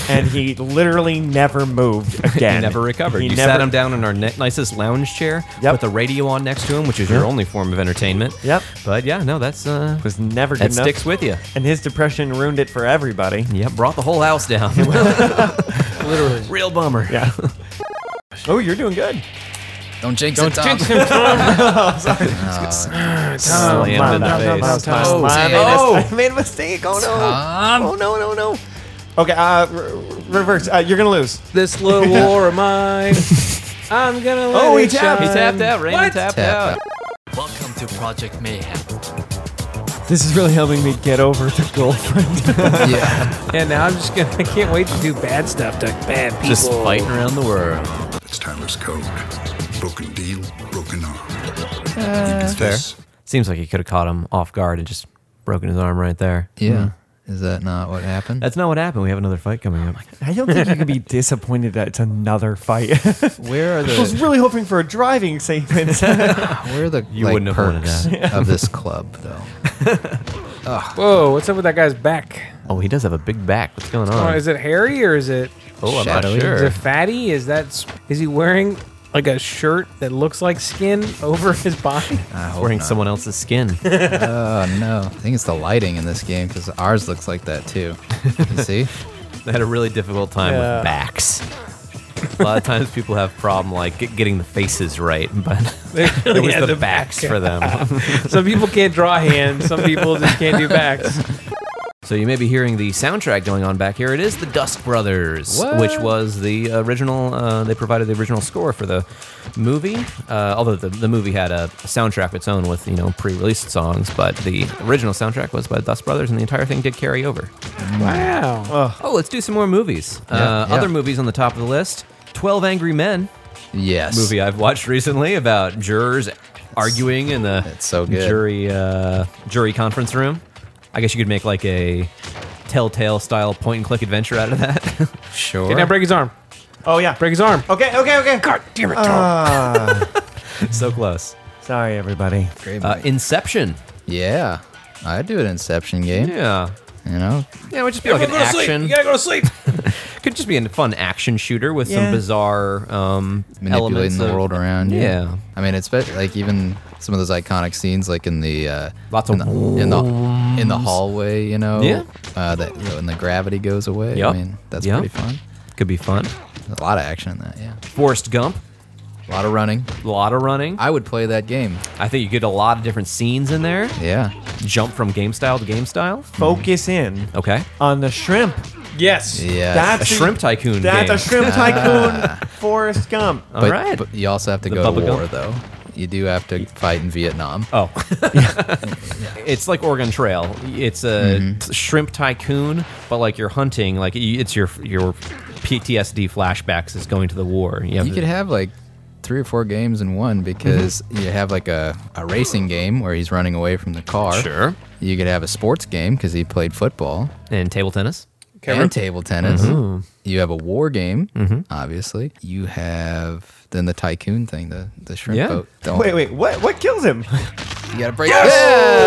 and he literally never moved He again. never recovered. He you never- sat him down in our ni- nicest lounge chair, Yep. put the radio on next to him, which is your only form of entertainment. Yep. But yeah, no, that's uh, Was never good that enough. sticks with you. and his depression ruined it for everybody. Yep, brought the whole house down. Literally, real bummer. Yeah. oh, you're doing good. Don't jinx it, Tom. Slammed in the face. Oh, I, made oh. a, I made a mistake. Oh no. Tom. Oh no no no. Okay. Uh, re- reverse. Uh, you're gonna lose. This little war of mine, I'm gonna let Oh, he it tapped. He He shine. tapped out. Raymond tapped Tap out. out. Welcome to Project Mayhem. This is really helping me get over the girlfriend. Yeah. Yeah, now I'm just gonna. I can't wait to do bad stuff to bad people. Just fighting around the world. It's Tyler's code. Broken deal, broken arm. Seems like he could have caught him off guard and just broken his arm right there. Yeah. Hmm. Is that not what happened? That's not what happened. We have another fight coming up. I don't think you can be disappointed that it's another fight. where are I was the really hoping for a driving sequence. where are the You like, wouldn't have wanted perks of this club though? Whoa, what's up with that guy's back? Oh, he does have a big back. What's going Oh, on? is it hairy or is it oh, I'm shadowy? not is sure. it fatty? Is that s- is he wearing like a shirt that looks like skin over his body? I hope Wearing not. someone else's skin. Oh no! I think it's the lighting in this game because ours looks like that too. You see? I had a really difficult time Yeah. with backs. A lot of times people have problem like get, getting the faces right, but it was Yeah, the, the backs for them. some people can't draw hands. Some people just can't do backs. so you may be hearing the soundtrack going on back here. It is the Dusk Brothers, What? which was the original. Uh, they provided the original score for the movie. Uh, although the, the movie had a soundtrack of its own with you know pre-released songs, but the original soundtrack was by the Dusk Brothers, and the entire thing did carry over. Wow. Oh, let's do some more movies. uh, Yeah, yeah. Other movies on the top of the list: Twelve Angry Men. Yes. movie I've watched recently about jurors arguing in the It's so good. jury uh, jury conference room. I guess you could make like a telltale style point and click adventure out of that. Sure. Okay, now break his arm. oh yeah. Break his arm. Okay, okay, okay. Ah. God damn it, so close. Sorry, everybody. Great Uh, movie. Inception. yeah. I'd do an Inception game. Yeah. You know, Yeah, it would just be like an action. go to sleep. Could just be a fun action shooter with some Yeah. bizarre um, elements manipulating the of- world around you. Yeah. I mean, it's bet- like even some of those iconic scenes, like in the uh, Lots in of the, in the in the hallway. You know, Yeah. Uh, that when the gravity goes away. Yup. I mean, that's Yup. pretty fun. Could be fun. There's a lot of action in that. Yeah, Forrest Gump. a lot of running. A lot of running. I would play that game. I think you get a lot of different scenes in there. Yeah. Jump from game style to game style. Focus in Okay. on the shrimp. Yes. Yeah. That's A shrimp tycoon. That game. the shrimp tycoon, Forrest Gump. All but, right. but you also have to The go to bubblegum. war though. You do have to fight in Vietnam. Oh, it's like Oregon Trail. It's a Mm-hmm. t- shrimp tycoon, but like you're hunting. Like y- it's your your PTSD flashbacks is going to the war. You, have You to- could have like three or four games in Mm-hmm. one because you have like a, a racing game where he's running away from the car. sure You could have a sports game because he played football and table tennis. and table tennis. You have a war game, obviously. You have then the tycoon thing, the, the shrimp Yeah. boat. Don't- Wait, wait, what? What kills him? You gotta break Yeah,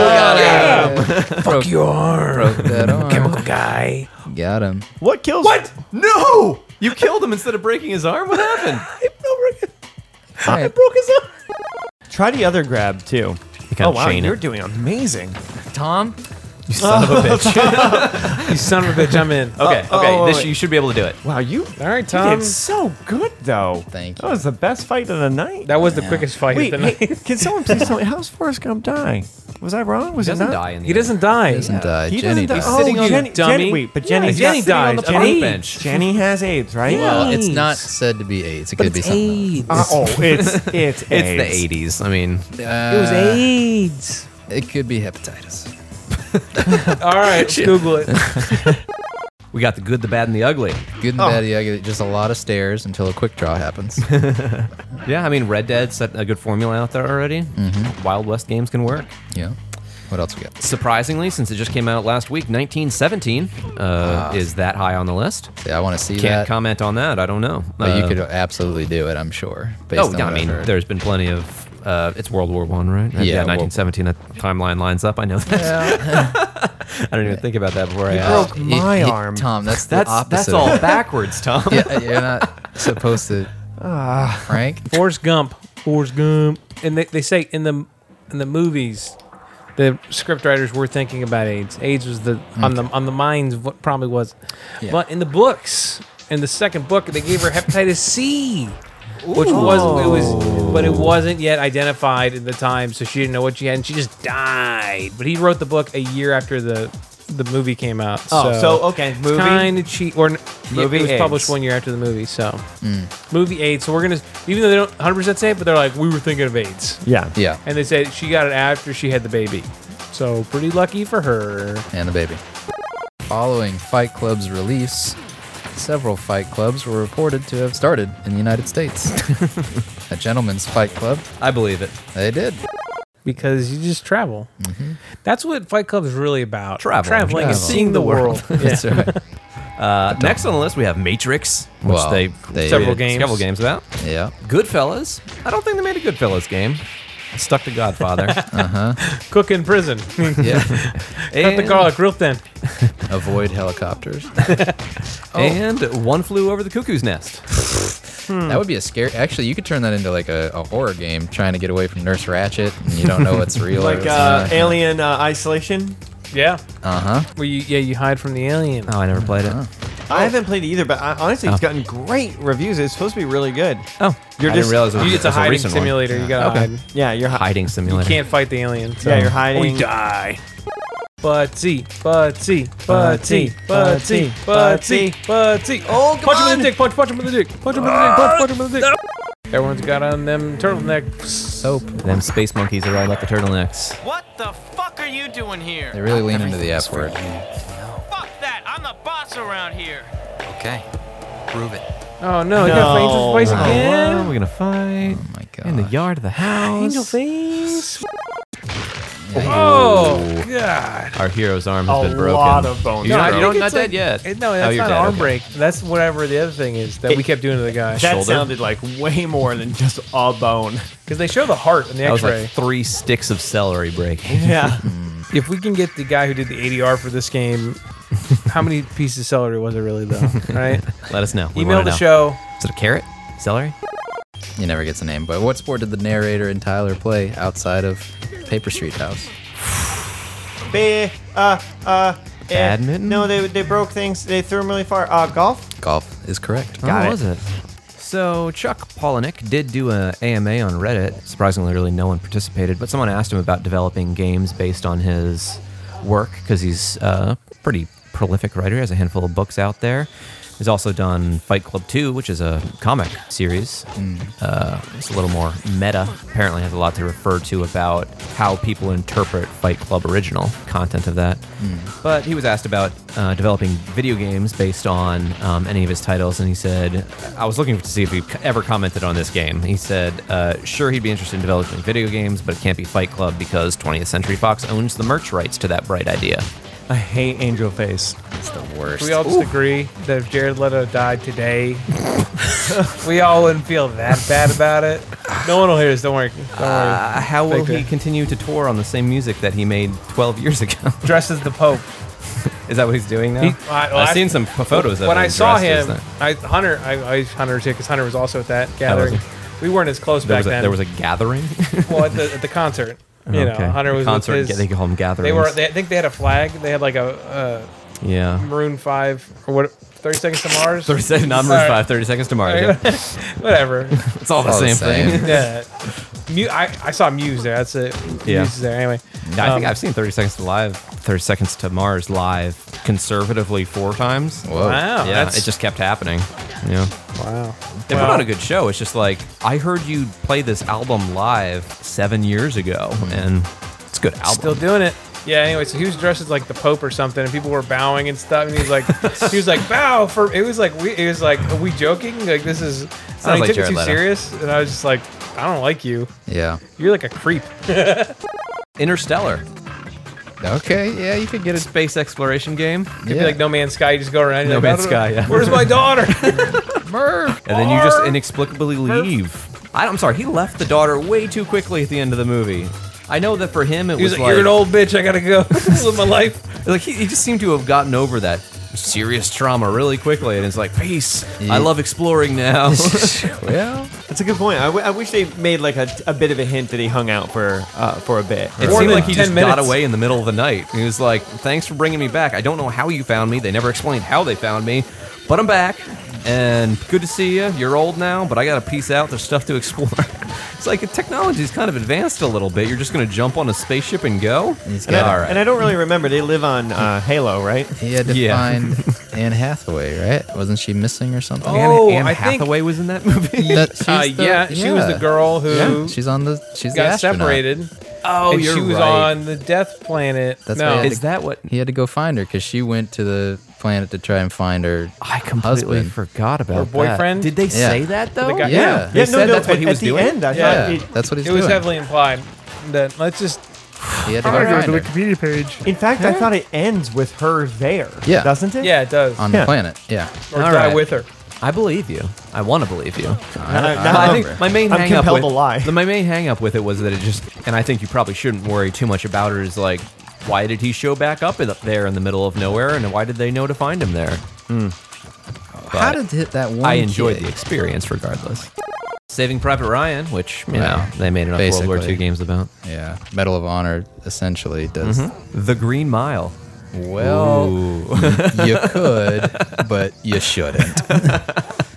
we got him. Fuck your arm. Broke that arm. Chemical guy. Got him. What kills? What? No! You killed him instead of breaking his arm. What happened? Alright. broke his arm. Try the other grab too. gotta oh wow, chain it. you're doing amazing. Tom? You son of a bitch, I'm in. Okay, Oh, okay. oh, this wait. you should be able to do it. Wow, you All right, you Tom. did so good though. Thank That you. was the best fight of the night. That was the quickest fight Wait, of the night. hey, can someone please tell me how's Forrest Gump die? Was I wrong? Was He doesn't it not? die in the He doesn't die. Doesn't die. He Jenny doesn't die. dies. Oh, sitting on- Jenny, dummy. Jenny, wait, but Yeah, Jenny's Jenny not sitting on dies. the Jenny- park bench. Jenny has AIDS, right? Well, it's AIDS. not said to be AIDS. It could be something. else. Uh, oh, it's it's AIDS. It's the 80s. I mean, it was AIDS. It could be hepatitis. All right, let's Google it. we got the good, the bad, and the ugly. Good and bad, yeah. Just a lot of stairs until a quick draw happens. Yeah, I mean, Red Dead set a good formula out there already. Mm-hmm. Wild West games can work. yeah. What else we got? Surprisingly, since it just came out last week, 1917 uh, is that high on the list. Yeah, I want to Ah. see Can't that. comment on that. I don't know. but Uh, you could absolutely do it, I'm sure. Based Oh, on yeah, I what I've mean, heard. there's been plenty of. Uh, it's World War One, right? Yeah, World- 1917. That timeline lines up. I know that. I didn't even think about that before I Uh, asked. broke my y- y- arm. Tom, that's the That's opposite. that's of all that. backwards, Tom. yeah, you're not supposed to. Ah. Frank? Forrest Gump. Forrest Gump. And they, they say in the in the movies, the scriptwriters were thinking about AIDS. AIDS was the on the on the minds of what probably was. Yeah. But in the books, in the second book, they gave her hepatitis C, which was it was, but it wasn't yet identified at the time, so she didn't know what she had, and she just died. But he wrote the book a year after the. The movie came out. Oh, so, okay, movie? kind of cheat or n- Movie It was AIDS. published one year after the movie, so movie AIDS. So we're gonna, even though they don't 100 percent say it, but they're like, we were thinking of AIDS, Yeah. Yeah. and they said she got it after she had the baby. So pretty lucky for her. and the baby. Following Fight Club's release, several fight clubs were reported to have started in the United States. a gentleman's fight club, I believe it. they did. because you just travel. That's what Fight Club is really about. Traveling. traveling, and Travel. seeing the world. That's right. Uh, next on the list, we have Matrix, which Well, they, several they- Several games, games. several games about. Yeah. Goodfellas. I don't think they made a Goodfellas game. Stuck to Godfather. Cook in prison. Cut Yeah. the garlic real thin. Avoid helicopters. Oh. And One Flew Over the Cuckoo's Nest. Hmm. That would be a scary. Actually, you could turn that into like a, a horror game, trying to get away from Nurse Ratchet, and you don't know what's real. Like uh, Alien uh, Isolation. Yeah. Uh huh. Where you yeah you hide from the alien. Oh, I never played it. Oh. I haven't played it either, but I, honestly, it's gotten great reviews. It's supposed to be really good. Oh, You're I just- didn't realize it was, You- it's a that's hiding recent one. simulator. You gotta Okay. hide. Yeah, you're hi- Hiding You simulator. can't fight the alien. so- Yeah, you're hiding. Or Oh, you die. Butsy, butsy, butsy, butsy, butsy, butsy. Oh, come punch him in the dick. Punch, punch him in the dick. Punch him in the dick. Punch, punch him in the dick. Everyone's got on them turtlenecks. Soap. Them space monkeys are all about the turtlenecks. What the fuck are you doing here? They really lean into the F word. Fuck that! I'm the boss around here. Okay. Prove it. Oh no, you got face twice again. We're gonna fight Oh my god. in the yard of the house. Angel face. Oh, God. our hero's arm has A been broken. lot of bones You're not, broken. you don't, It's not like- dead yet. Oh, It- no, that's you're not dead, an arm okay. break. That's whatever the other thing is that we kept doing to the guy. That Shoulder. sounded like way more than just a bone. Because they show the heart in the That was x-ray. like three sticks of celery breaking. Yeah. if we can get the guy who did the ADR for this game, how many pieces of celery was it really though? Right? Let us know. We Email wanna the know. show. Is it a carrot? Celery? He never gets a name. But what sport did the narrator and Tyler play outside of Paper Street House? They, uh, uh, eh, Badminton? No, they they broke things. They threw them really far. Uh, golf. Golf is correct. Got How it. was it? So Chuck Palahniuk did do a AMA on Reddit. Surprisingly, really no one participated, but someone asked him about developing games based on his work because he's uh, a pretty prolific writer. He has a handful of books out there. He's also done Fight Club 2, which is a comic series. Uh, it's a little more meta. Apparently, has a lot to refer to about how people interpret Fight Club original content of that. But he was asked about uh, developing video games based on um, any of his titles, and he said, "I was looking to see if he c- ever commented on this game." He said, uh, "Sure, he'd be interested in developing video games, but it can't be Fight Club because 20th Century Fox owns the merch rights to that bright idea." I hate Angel Face. It's the worst. We all just agree that if Jared Leto died today, we all wouldn't feel that bad about it. No one will hear us. Don't worry. Don't worry. Uh, how will Thank he you. continue to tour on the same music that he made 12 years ago? Dressed as the Pope. Is that what he's doing now? He- I- well, have I- seen some p- photos of when him. I saw dressed as him, that. I Hunter, I, I Hunter too, because Hunter was also at that gathering. he? we weren't as close there back was, a, then. there was a gathering. well at the, at the concert. You Okay. know, Hunter was concert. With his, they call them gatherings. they were. They, I think they had a flag. They had like a uh, yeah. Maroon Five or what? Thirty Seconds to Mars. 30 seconds, not Maroon All right. five, 30 seconds to Mars. yeah. Whatever. It's all the All the same, same. thing. Yeah. Mu- I, I saw Muse there. That's it. Yeah. Muse is there anyway. Yeah, I think Um, I've seen 30 Seconds to Live, 30 Seconds to Mars live conservatively four times. Whoa. Wow. yeah, that's, it just kept happening. Yeah. wow. They put on a good show. It's just like, I heard you play this album live seven years ago, and it's a good album. Still doing it. Yeah. Anyway, so he was dressed as like the Pope or something, and people were bowing and stuff. And he was like, he was like, bow for. It was like we. It was like, are we joking? Like this is. So Sounds he like took it Jared too Leto. serious, and I was just like, I don't like you. Yeah. You're like a creep. Interstellar, Okay. Yeah, you could get it. space exploration game. It'd yeah. be like No Man's Sky. You just go around. No you're like, Man's "I don't know. Sky, yeah. Where's my daughter? Merv. And then you just inexplicably leave. I, I'm sorry, he left the daughter way too quickly at the end of the movie. I know that for him, it He was like, like, you're an old bitch. I gotta go live my life. Like he, he just seemed to have gotten over that serious trauma really quickly, and it's like peace. I Mm. love exploring now. Well, That's a good point. I, w- I wish they made like a, a bit of a hint that he hung out for uh, for a bit. It More seemed than like he 10 just got minutes. away in the middle of the night. He was like, "Thanks for bringing me back. I don't know how you found me. They never explained how they found me, but I'm back, and good to see you. You're old now, but I gotta peace out. There's stuff to explore." It's like the technology's kind of advanced a little bit. You're just gonna jump on a spaceship and go. he's And, got I, all right. and I don't really remember. They live on uh, Halo, right? He had to Yeah. find Anne Hathaway, right? Wasn't she missing or something? Oh, Anne, Anne I think- Hathaway was in that movie. That- she's Uh, the- yeah, she was the yeah. girl who Yeah, she's on the. She's the got astronaut. separated. oh, and she was right. on the Death Planet. That's no, right. Is that what? He had to go find her because she went to the planet to try and find her. I completely husband. forgot about Her boyfriend? That. Did they Yeah. say that though? guy- Yeah. Yeah, They no, said no, that's what at- he was at the doing? end, I Yeah. thought it, That's what he's it was doing. heavily implied that let's just he had to go find her Wikipedia page. In fact, I thought it ends with her there. Yeah. doesn't it? Yeah, it does. on Yeah. the planet. Yeah. or All die right. with her. I believe you. I want to believe you. I, don't- I I I don't- think my main Um, I'm hang up compelled with, to lie. the- my main hang up with it was that it just and I think you probably shouldn't worry too much about it is like why did he show back up in- up there in the middle of nowhere and why did they know to find him there? But How did hit that one? I enjoyed kid? the experience regardless. Saving Private Ryan, which you Wow. know, they made enough World War Basically. II games about. Yeah, Medal of Honor essentially does. Mm-hmm. The Green Mile. Well, you could, but you shouldn't.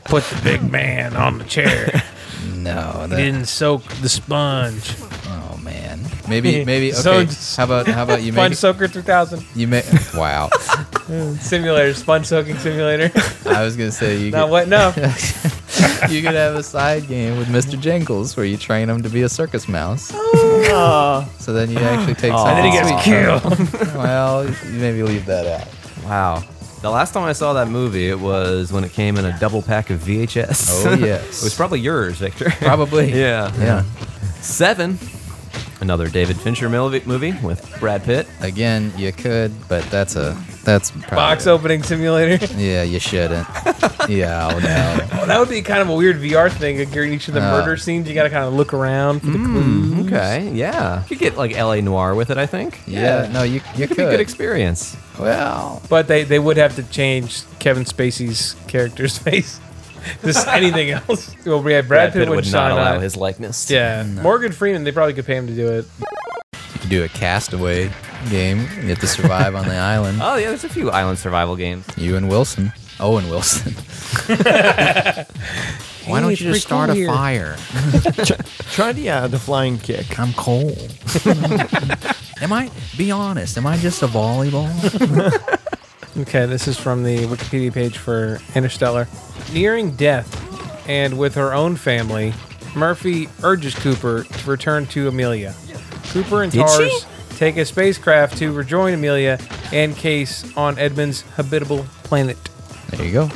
Put the big man on the chair. No, He that, didn't soak the sponge. oh man. Maybe, maybe. So Okay, just- how about how about you Sponge make Soaker 3000 you make? Wow, simulator, sponge soaking simulator. I was gonna say you Not could, what? No. you could have a side game with Mr. Jingles where you train him to be a circus mouse. so then you actually take something. Oh. And then he sweet gets from it. killed. Well, you maybe leave that out. Wow. The last time I saw that movie, it was when it came in a double pack of VHS. Oh yes, it was probably yours, Victor. probably yeah. yeah. Seven. Another David Fincher mil- movie with Brad Pitt. Again, you could, but that's a that's probably Box opening simulator. Yeah, you shouldn't. yeah, oh no. Well, that would be kind of a weird VR thing. Like during each of the Uh. murder scenes, you got to kind of look around for the Okay, yeah. You could get like LA Noir with it, I think. Yeah, no, you you It'd be a good could. experience. well, But they, they would have to change Kevin Spacey's character's face. Just anything else. Well, yeah, Brad, Pitt, would, would shine not allow on. it. his likeness. Yeah, Morgan Freeman. They probably could pay him to do it. you could do a castaway game. You have to survive on the island. Oh yeah, there's a few island survival games. You and Wilson. Owen Wilson. Why don't you just start a fire? Try the uh, the flying kick. I'm cold. Am I? Be honest. Am I just a volleyball? Okay, this is from the Wikipedia page for Interstellar. Nearing death, and with her own family, Murphy urges Cooper to return to Amelia. Cooper and Tars take a spacecraft to rejoin Amelia and Case on Edmund's habitable planet. There you go.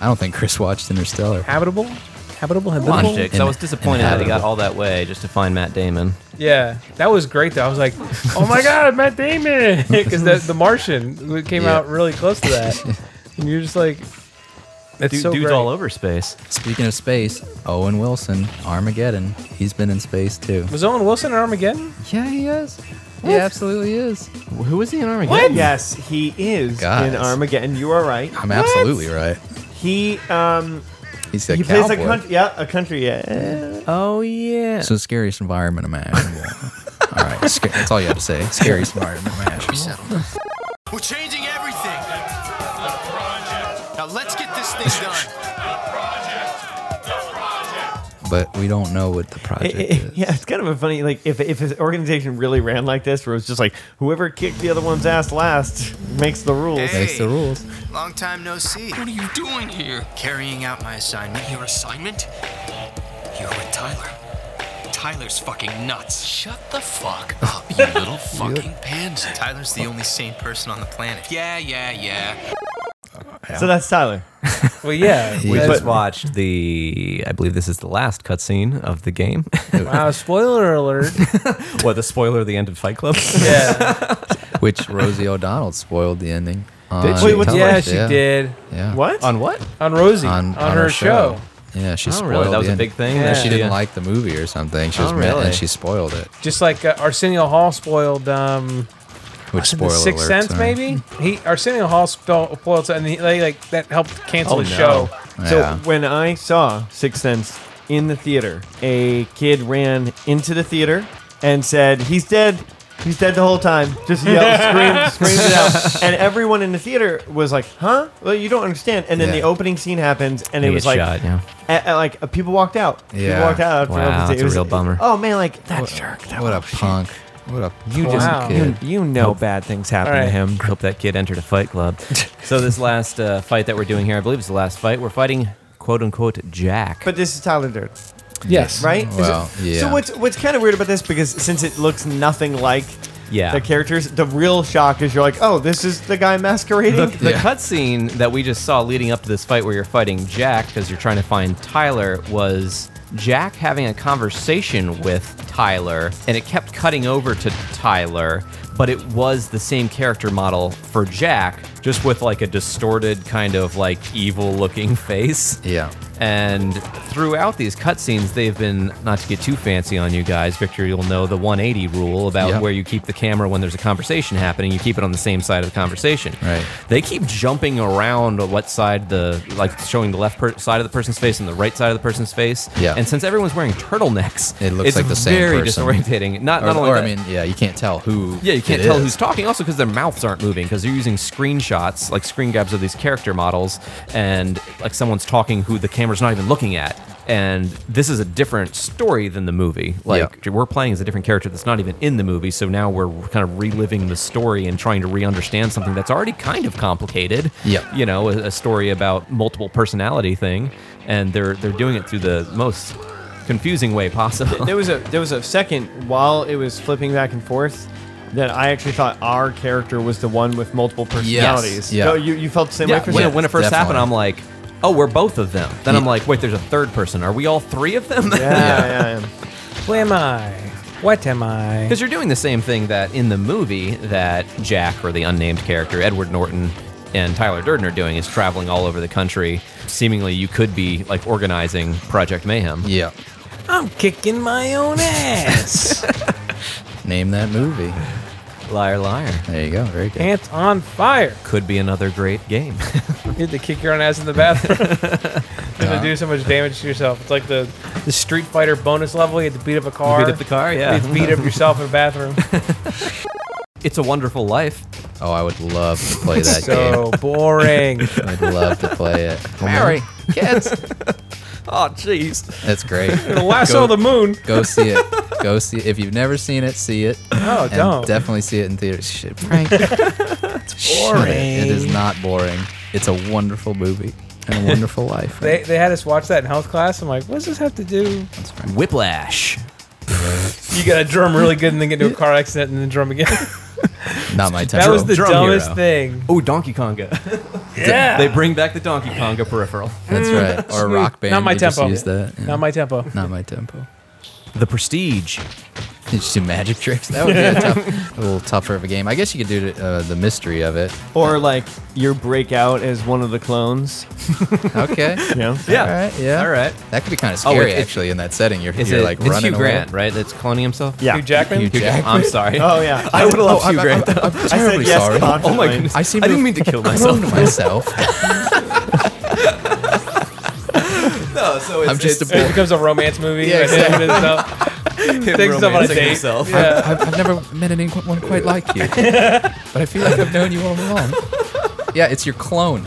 I don't think Chris watched Interstellar. Habitable, habitable, habitable. Watched it, 'cause I was disappointed that he got all that way just to find Matt Damon. Yeah, that was great though. I was like, oh my god, Matt Damon, because the, the Martian came Yeah. out really close to that, and you're just like, that's Dude, so dude's great. all over space. Speaking of space, Owen Wilson, Armageddon. He's been in space too. Was Owen Wilson in Armageddon? Yeah, he is. He absolutely is. Who was he in Armageddon? Yes, he is Guys. in Armageddon. You are right. I'm absolutely right. He um He's a he cowboy. plays a country. Yeah, a country. Yeah. Oh yeah. It's the scariest environment imaginable. all right, sca- that's all you have to say. Scariest environment imaginable. We're changing everything. Now let's get this thing done. but we don't know what the project It- is. it- yeah, it's kind of a funny like if if his organization really ran like this, where it was just like whoever kicked the other one's ass last makes the rules. Hey. Makes the rules. Long time no see. What are you doing here? Carrying out my assignment. Your assignment? You're with Tyler. Tyler's fucking nuts. Shut the fuck up, you little fucking pansy. Tyler's the only sane person on the planet. Yeah, yeah, yeah. So that's Tyler. Well, yeah. We that's- just watched the, I believe this is the last cutscene of the game. wow, spoiler alert. what, the spoiler of the end of Fight Club? Yeah. Which Rosie O'Donnell spoiled the ending. Did on she? Wait, what's- yeah, television. she did. Yeah. What? On what? On Rosie, On, on, her show. Yeah, she Oh, spoiled really? That was the a end. big thing? Yeah. that She didn't like the movie or something. She was Oh, mad really? and she spoiled it. Just like uh, Arsenio Hall spoiled um, Which The spoiler Sixth alert, Sense, sorry. maybe. He Arsenio Hall spo- spoiled it, and he, they, like that helped cancel Oh, the no. show. So Yeah. when I saw Sixth Sense in the theater, a kid ran into the theater and said, "He's dead." He's dead the whole time. Just yelled, screamed, screamed it out, and everyone in the theater was like, "Huh? Well, you don't understand." And then Yeah. the opening scene happens, and it He was gets like, shot, yeah. a- a- like uh, people walked out. People Yeah. walked out. after Wow, opening scene. that's a It was- real bummer. Oh man, like that jerk. That What a was- punk. What a You poor just Wow. kid. you, you know bad things happen All to right. him. Hope that kid entered a fight club. so this last uh, fight that we're doing here, I believe is the last fight. We're fighting quote unquote Jack. But this is Tyler Durden. Yes. right? Is Well, it- yeah. So what's what's kind of weird about this because since it looks nothing like yeah. the characters, the real shock is you're like, oh, this is the guy masquerading. The Yeah. cutscene that we just saw leading up to this fight where you're fighting Jack because you're trying to find Tyler was Jack having a conversation with Tyler, and it kept cutting over to Tyler, but it was the same character model for Jack, just with like a distorted kind of like evil looking face. Yeah. And throughout these cutscenes, they've been not to get too fancy on you guys, Victor. You'll know the 180 rule about Yep. where you keep the camera when there's a conversation happening. You keep it on the same side of the conversation. Right. They keep jumping around what side the like showing the left per- side of the person's face and the right side of the person's face. Yeah. And since everyone's wearing turtlenecks, It looks it's like the same very person. disorientating. Not Or, not only or, that, I mean, yeah, you can't tell who. yeah, you can't it tell is. who's talking. Also, because their mouths aren't moving, because they're using screenshots, like screen grabs of these character models, and like someone's talking who the camera's not even looking at. And this is a different story than the movie. Like we're playing as a different character that's not even in the movie. So now we're kind of reliving the story and trying to re-understand something that's already kind of complicated. Yeah. you know, a, a story about multiple personality thing, and they're they're doing it through the most confusing way possible. there was a there was a second while it was flipping back and forth that I actually thought our character was the one with multiple personalities. Yeah. So you, you felt the same way Yeah, for when, some- it- when it first happened, definitely. I'm like, oh, we're both of them. Then I'm Yeah. like, wait, there's a third person. Are we all three of them? yeah, yeah, yeah. Who am I? What am I? Because you're doing the same thing that in the movie that Jack or the unnamed character Edward Norton and Tyler Durden are doing is traveling all over the country. Seemingly, you could be like organizing Project Mayhem. Yeah. I'm kicking my own ass. Name that movie. Liar, liar. There you go. Very good. Pants on fire. Could be another great game. You have to kick your own ass in the bathroom. You're gonna do so much damage to yourself. It's like the, the Street Fighter bonus level. You had to beat up a car. Beat up the car, yeah. You had to beat up yourself in a bathroom. It's a Wonderful Life. Oh, I would love to play that so boring. game. I'd love to play it. Mary, kids. Oh, jeez. That's great. Lasso Go- the moon. Go see it. Go see it. If you've never seen it, see it. Oh, And don't. definitely see it in theaters. Shit, Frank. it's boring. It is not boring. It's a wonderful movie and a wonderful life. They, Right? they had us watch that in health class. I'm like, what does this have to do? Whiplash. You gotta drum really good and then get into a car accident and then drum again. Not my type. that was of- the Drum dumbest hero. thing. Oh, Donkey Konga. Yeah. they bring back the Donkey Konga peripheral. That's right. Or rock band. Not my you just tempo. use that. Yeah. Not my tempo. Not my tempo. The Prestige. You just do magic tricks. That would be a, tough, a little tougher of a game. I guess you could do uh, the mystery of it. Or like your breakout as one of the clones. Okay. You know? Yeah. All right. Yeah. All right. That could be kind of Oh, it- scary, it- actually, in that setting. You're, Is you're it, like it's running Hugh away. Grant, right? That's cloning himself. Yeah. Hugh Jackman? Hugh Jack- I'm sorry. Oh yeah. I would love Oh, I'm, Hugh Grant. I'm, I'm, I'm I said terribly yes sorry. Oh my confidently. goodness. I seem I to didn't have mean to kill myself. cloned myself. no, so it's, I'm oh, just a it's- It boy. becomes a romance movie. Yeah, and then it is, uh, romancing takes himself on a date. himself. Yeah. I've, I've never met anyone quite like you, but I feel like I've known you all along. Yeah, it's your clone.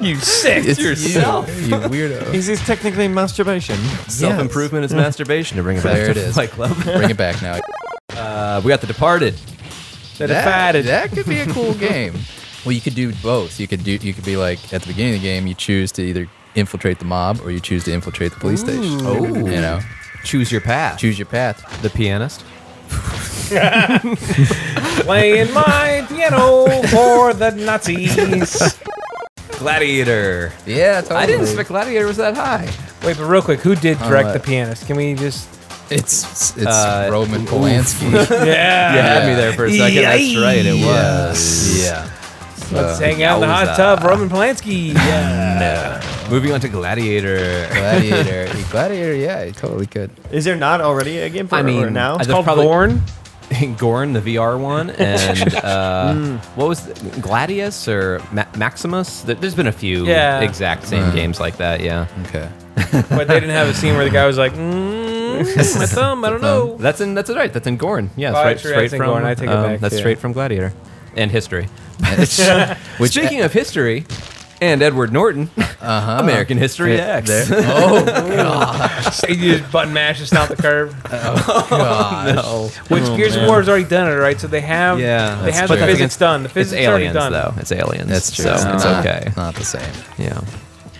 You sick It's you, yourself. you weirdo. Is this technically masturbation? Self improvement is masturbation to bring it back There to it is. Fight Club. Bring it back now. Uh, we got The Departed. That, that, that, that could be a cool game. Well, you could do both. You could do you could be like at the beginning of the game, you choose to either infiltrate the mob or you choose to infiltrate the police station. Oh, you know, Choose your path. choose your path. the pianist. Playing my piano for the Nazis. Gladiator. Yeah, totally. I didn't expect Gladiator was that high. Wait, but real quick, who did direct Uh, the pianist? Can we just? It's it's Uh, Roman Polanski. Yeah. You had me there for a second. That's Yay. right. It was. yeah. Let's hang out in the hot Yowza. tub. Roman Polanski. Yeah. Moving on to Gladiator. Gladiator. Gladiator, yeah, you totally could. Is there not already a game for I it mean, or now? I- It's called probably- Gorn. Gorn, the VR one, and uh, what was the, Gladius or Ma- Maximus? There- There's been a few Yeah. exact same games like that. Yeah, Okay. But they didn't have a scene where the guy was like, mm, my thumb, I don't know. that's in that's right. That's in Gorn. Yeah, that's Oh, right, true, straight that's in from. um, Gorn. I take it back, that's yeah. straight from Gladiator and history. uh, Which Speaking of history. And Edward Norton, American History X. there. Oh, you just button mash and snap the curve. gosh. Which Gears of War has already done it, right? So they have, Oh, Yeah, they that's have true. But that's the physics against- done. The It's physics is already aliens, done. though. It's aliens. That's true. So it's, not- okay. Not the same. Yeah.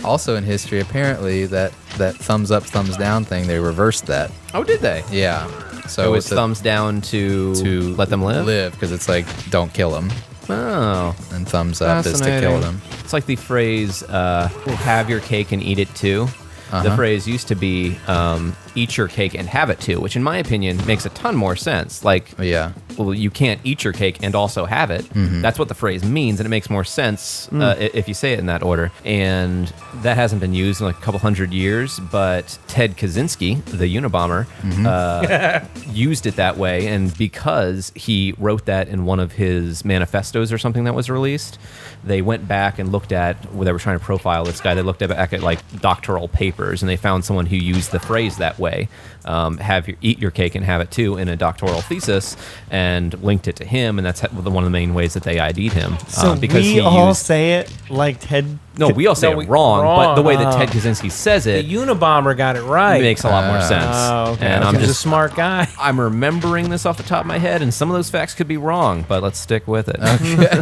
Also in history, apparently that that thumbs up, thumbs down thing, they reversed that. Oh, did they? Yeah. So It was it's a- thumbs down to, to let them live. Live because it's like don't kill them, Oh, and thumbs up is to kill Fascinating. them. It's like the phrase uh, "have your cake and eat it too." Uh-huh. The phrase used to be um, "eat your cake and have it too," which, in my opinion, makes a ton more sense. Like, Yeah. Mm-hmm. well, you can't eat your cake and also have it. That's what the phrase means, and it makes more sense Mm. uh, i- if you say it in that order. And that hasn't been used in like a couple hundred years, but Ted Kaczynski, the Unabomber, Mm-hmm. uh, used it that way. And because he wrote that in one of his manifestos or something that was released, they went back and looked at, well, they were trying to profile this guy, they looked back at like doctoral papers and they found someone who used the phrase that way um, have your, eat your cake and have it too in a doctoral thesis and linked it to him. And that's ha- one of the main ways that they ID'd him. so um, we all say it like Ted. no, we all say No, we- it wrong, but the way that wrong. Ted Kaczynski says The it Unabomber got it right. makes a lot more sense. Oh, okay. And I'm He's a just smart guy. I'm remembering this off the top of my head, and some of those facts could be wrong, but let's stick with it.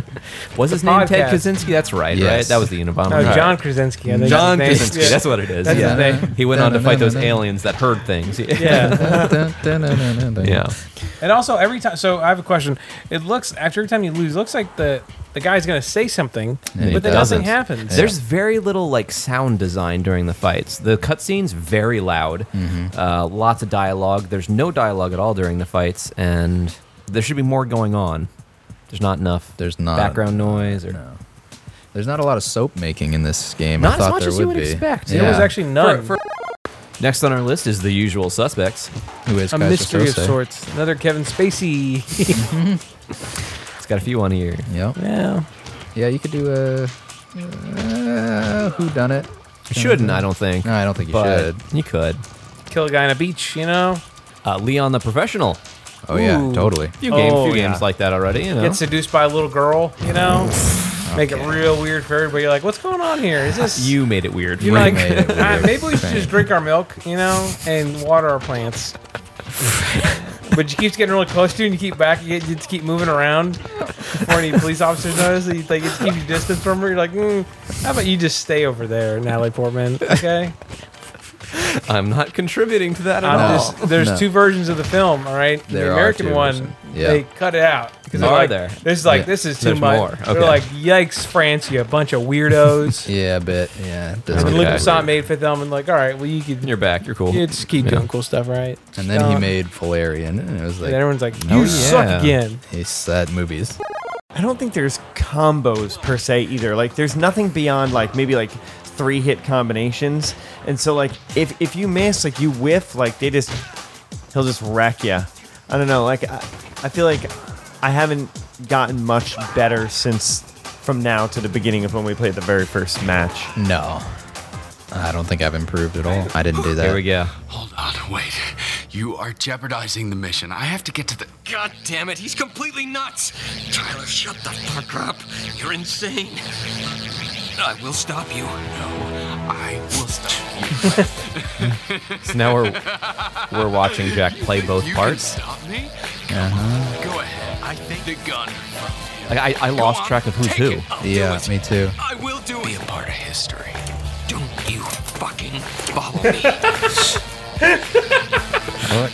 was his name Ted Podcast. Kaczynski? That's right, right? Yes. That was the Unabomber. No, Right. Oh, John Krasinski. I think John that's his Kaczynski. name. Yeah. That's what it is. That's his yeah. name. He went on to fight those Da-na-na-na-na. aliens that heard things. Yeah. Dun, dun, dun, dun, dun, dun. yeah. And also every time, so I have a question. It looks after every time you lose, it looks like the the guy's gonna say something, he but then doesn't. nothing happens. There's very little like sound design during the fights. The cutscenes very loud, Mm-hmm. uh, lots of dialogue. There's no dialogue at all during the fights, and there should be more going on. There's not enough. There's not- background noise or No. There's not a lot of soap making in this game. I Not as thought much there as would you would be. expect. There was Yeah. actually none. For- Next on our list is the usual suspects. Who is a Kaiser mystery of Sose. sorts. Another Kevin Spacey. It's got a few on here. Yep. yeah. Yeah, you could do a uh, who done it. Shouldn't I don't think. No, I don't think you but should. You could. Kill a guy on a beach, you know? Uh, Leon the professional. Oh yeah, Ooh. totally. Few game, Oh, few yeah. games like that already. You know. Get seduced by a little girl, you know? Make it real weird for everybody. You're like, what's going on here? Is this you made it weird. You're Right. like, made it "Ah, weird. maybe we should Thank just drink our milk, you know, and water our plants. but you keep getting really close to, you and you keep back, you, get, you just keep moving around before any police officers notice. That you like it's keeping distance from her. You're like, mm, how about you just stay over there, Natalie Portman? Okay, I'm not contributing to that at I'm all. just, there's No. two versions of the film. All right, There the are American two one, versions. Yeah. they cut it out. Because Are like, there? This is like Yeah. this is too There's much. more. They're Okay. like, yikes, France, you a bunch of weirdos. Yeah, a bit. Yeah. it does And get Luke weird. Besson made Fifth Element. Like, all right, well, you could You're back. You're cool. Yeah, just keep doing cool stuff, right? And then he Um, made Valerian, and it was and like everyone's like, "You Oh, yeah. suck again." he said movies. I don't think there's combos per se either. Like there's nothing beyond like maybe like three hit combinations. And so like if if you miss, like you whiff, like they just he'll just wreck you. I don't know. Like I, I feel like I haven't gotten much better since from now to the beginning of when we played the very first match. No, I don't think I've improved at all. I didn't do that. Here we go. Hold on, wait. You are jeopardizing the mission. I have to get to the. God damn it, he's completely nuts! Tyler, shut the fuck up. You're insane. I will stop you. No, I will stop you. So now we're we're watching Jack play both You can parts. stop me? Uh-huh. Go ahead. I think the gun. Like, I, I lost track of who's who. Yeah, me too. I will do Be it. Be a part of history. Don't you fucking follow me. What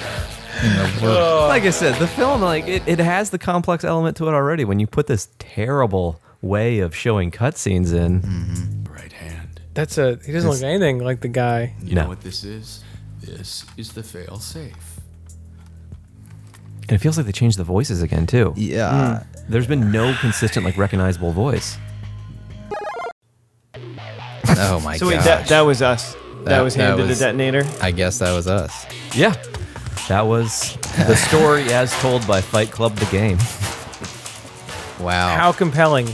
in the world? Like I said, the film like it, it has the complex element to it already. When you put this terrible way of showing cutscenes in, Right hand. That's a. He doesn't look anything like the guy. You No. know what this is? This is the fail safe. and it feels like they changed the voices again too. Yeah. There's been no consistent like recognizable voice. Oh my So god. wait, that, that was us. That, That- was that handed was- the detonator. I guess that was us. Yeah. That was the story as told by Fight Club the game. Wow. How compelling.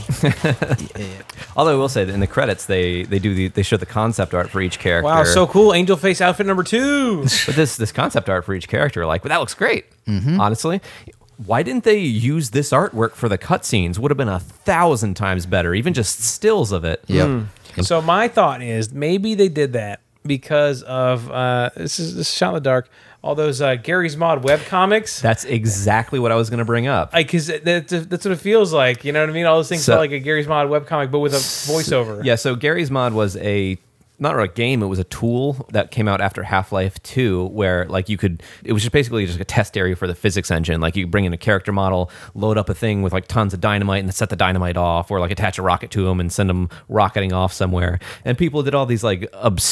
Although I will say that in the credits they they do the they show the concept art for each character. Wow, so cool. Angel face outfit number two. but this this concept art for each character, like, well, that looks great. Mm-hmm. Honestly, why didn't they use this artwork for the cutscenes? Would have been a thousand times better, even just stills of it. Yep. So my thought is maybe they did that because of uh, this is this is shot in the dark. All those uh, Gary's Mod web comics. That's exactly what I was going to bring up. Like, cause that, that- that's what it feels like. You know what I mean? All those things So- felt like a Gary's Mod webcomic, but with a voiceover. Yeah, so Gary's Mod was a not really a game, it was a tool that came out after Half-Life 2 where like you could it was just basically just a test area for the physics engine. Like you bring in a character model, load up a thing with like tons of dynamite and set the dynamite off or like attach a rocket to them and send them rocketing off somewhere. And people did all these like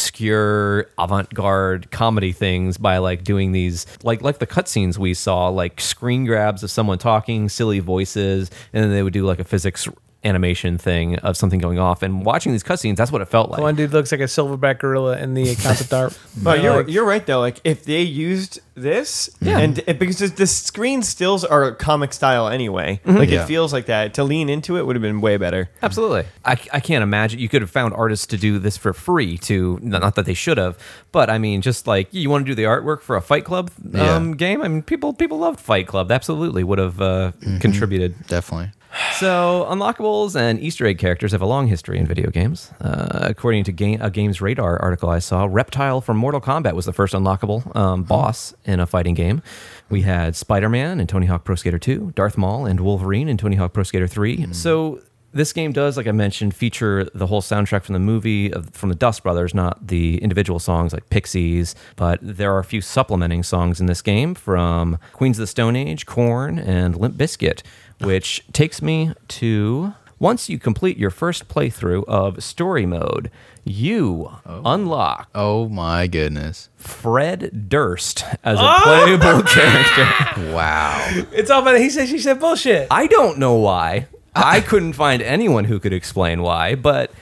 obscure avant-garde comedy things by like doing these like like the cutscenes we saw like screen grabs of someone talking, silly voices, and then they would do like a physics animation thing of something going off and watching these cutscenes that's what it felt like One dude looks like a silverback gorilla in the concept art. You But know, you're like- you're right though. Like if they used this, and it, because the- the screen stills are comic style anyway, like Yeah. it feels like that. To lean into it would have been way better. absolutely I, I can't imagine you could have found artists to do this for free to not not that they should have but i mean just like you want to do the artwork for a fight club um, Yeah. game i mean people people loved fight club absolutely would have uh, contributed Definitely. So, unlockables and Easter egg characters have a long history in video games. Uh, according to game, a Games Radar article I saw, Reptile from Mortal Kombat was the first unlockable um, boss in a fighting game. We had Spider Man in Tony Hawk Pro Skater 2, Darth Maul and Wolverine in Tony Hawk Pro Skater 3. So, this game does, like I mentioned, feature the whole soundtrack from the movie of, from the Dust Brothers, not the individual songs like Pixies. But there are a few supplementing songs in this game from Queens of the Stone Age, Korn, and Limp Bizkit, which takes me to once you complete your first playthrough of story mode, you unlock Oh my goodness. Fred Durst as a playable character. Wow. it's all about he said she said bullshit. I don't know why. I couldn't find anyone who could explain why, but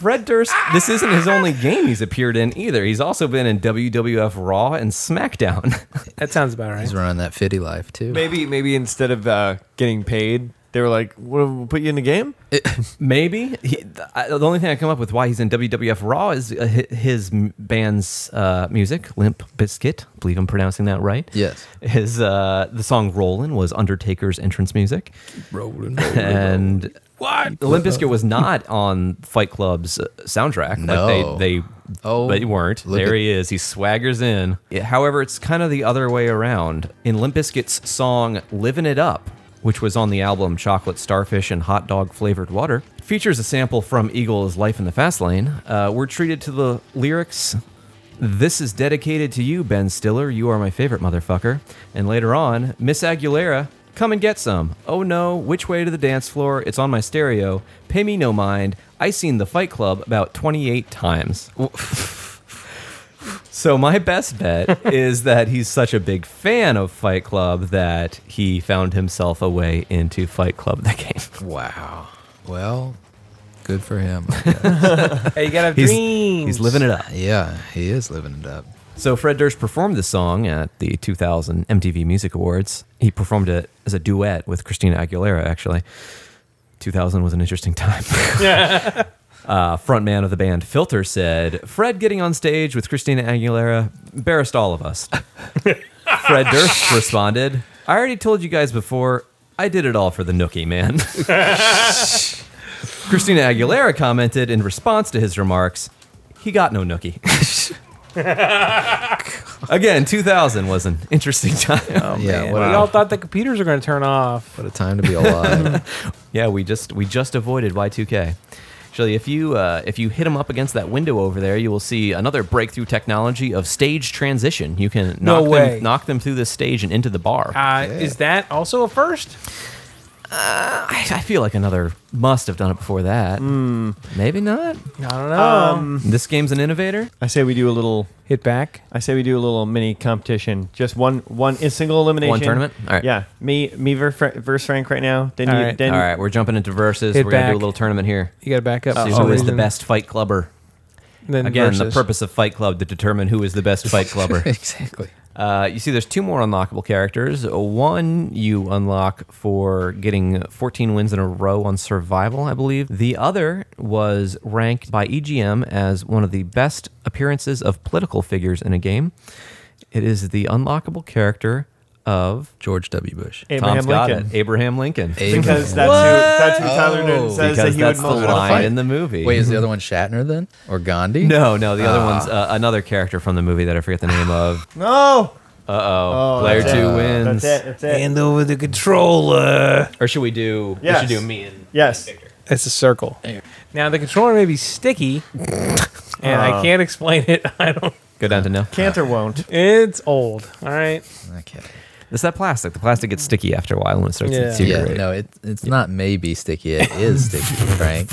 Fred Durst, this isn't his only game he's appeared in either. He's also been in WWF Raw and SmackDown. That sounds about right. He's running that fitty life too. Maybe maybe instead of uh, getting paid, they were like, "We'll we'll put you in the game." Maybe he, th- I, the only thing I come up with why he's in WWF Raw is uh, hi- his m- band's uh, music, Limp Biscuit. Believe I'm pronouncing that right. Yes. His uh, the song "Rollin" was Undertaker's entrance music, Rolling, and what Limp Bizkit was not on Fight Club's uh, soundtrack. No. Like they they Oh, but they weren't. look There at- he is. He swaggers in. Yeah, however, it's kind of the other way around. In Limp Bizkit's song "Livin' It Up," which was on the album "Chocolate Starfish and Hot Dog Flavored Water," features a sample from Eagle's "Life in the Fast Lane." Uh, we're treated to the lyrics. This is dedicated to you, Ben Stiller. You are my favorite motherfucker. And later on, Miss Aguilera, come and get some. Oh no, which way to the dance floor? It's on my stereo. Pay me no mind. I seen the Fight Club about 28 times. So my best bet is that he's such a big fan of Fight Club that he found himself a way into Fight Club the game. Wow. Well, good for him. Hey, you gotta have He's, dreams. he's living it up. yeah, he is living it up. So Fred Durst performed the song at the 2000 MTV Music Awards. He performed it as a duet with Christina Aguilera. Actually, 2000 was an interesting time. uh, frontman of the band Filter said, "Fred getting on stage with Christina Aguilera embarrassed all of us." Fred Durst responded, "I already told you guys before. I did it all for the Nookie, man." Christina Aguilera commented in response to his remarks, he got no nookie. Again, 2000 was an interesting time. Oh, Yeah, we all thought the computers were going to turn off. What a time to be yeah, we just we just avoided Y2K. Shirley, if you uh, if you hit him up against that window over there, you will see another breakthrough technology of stage transition. You can No knock way. them knock them through the stage and into the bar. uh, Is that also a first? I, I feel like another must have done it before that. Hmm. Maybe not. I don't know. this game's an innovator. I say we do a little Um, hit back. I say we do a little mini competition. Just one one in single elimination. One tournament? All right. Yeah, me me ver- fr- versus Frank right now. Then All you right. then All right, we're jumping into verses. Hit we're gonna do back. a little tournament here. You got to back up. See for some who is Uh, oh, the reason. best fight clubber. Then Again, the versus. purpose of Fight Club to determine who is the best fight clubber. exactly. Uh, you see, there's two more unlockable characters. One you unlock for getting 14 wins in a row on survival, I believe. The other was ranked by EGM as one of the best appearances of political figures in a game. It is the unlockable character of George W. Bush. Abraham Tom's got Lincoln. it. Abraham Lincoln. Because that's who that's who Tyler Durden Oh. says that Because he would that's the most line fight. in the movie. Wait, is the other one Shatner then, or Gandhi? No, no, the other one's uh, another character from the movie that I forget the name of. No. Uh oh, player that's two it. wins. That's it. That's it. Hand over the controller. Or should we do? Yes. We should do me and Yes. It's a circle. Now the controller may be sticky, and I Uh. Oh. can't explain it. I don't. go down to no. Cantor won't. It's old. All right. Okay. It's that plastic. The plastic gets sticky after a while when it starts Yeah. to Yeah, deteriorate. no, it, it's not maybe sticky. It is sticky, Frank.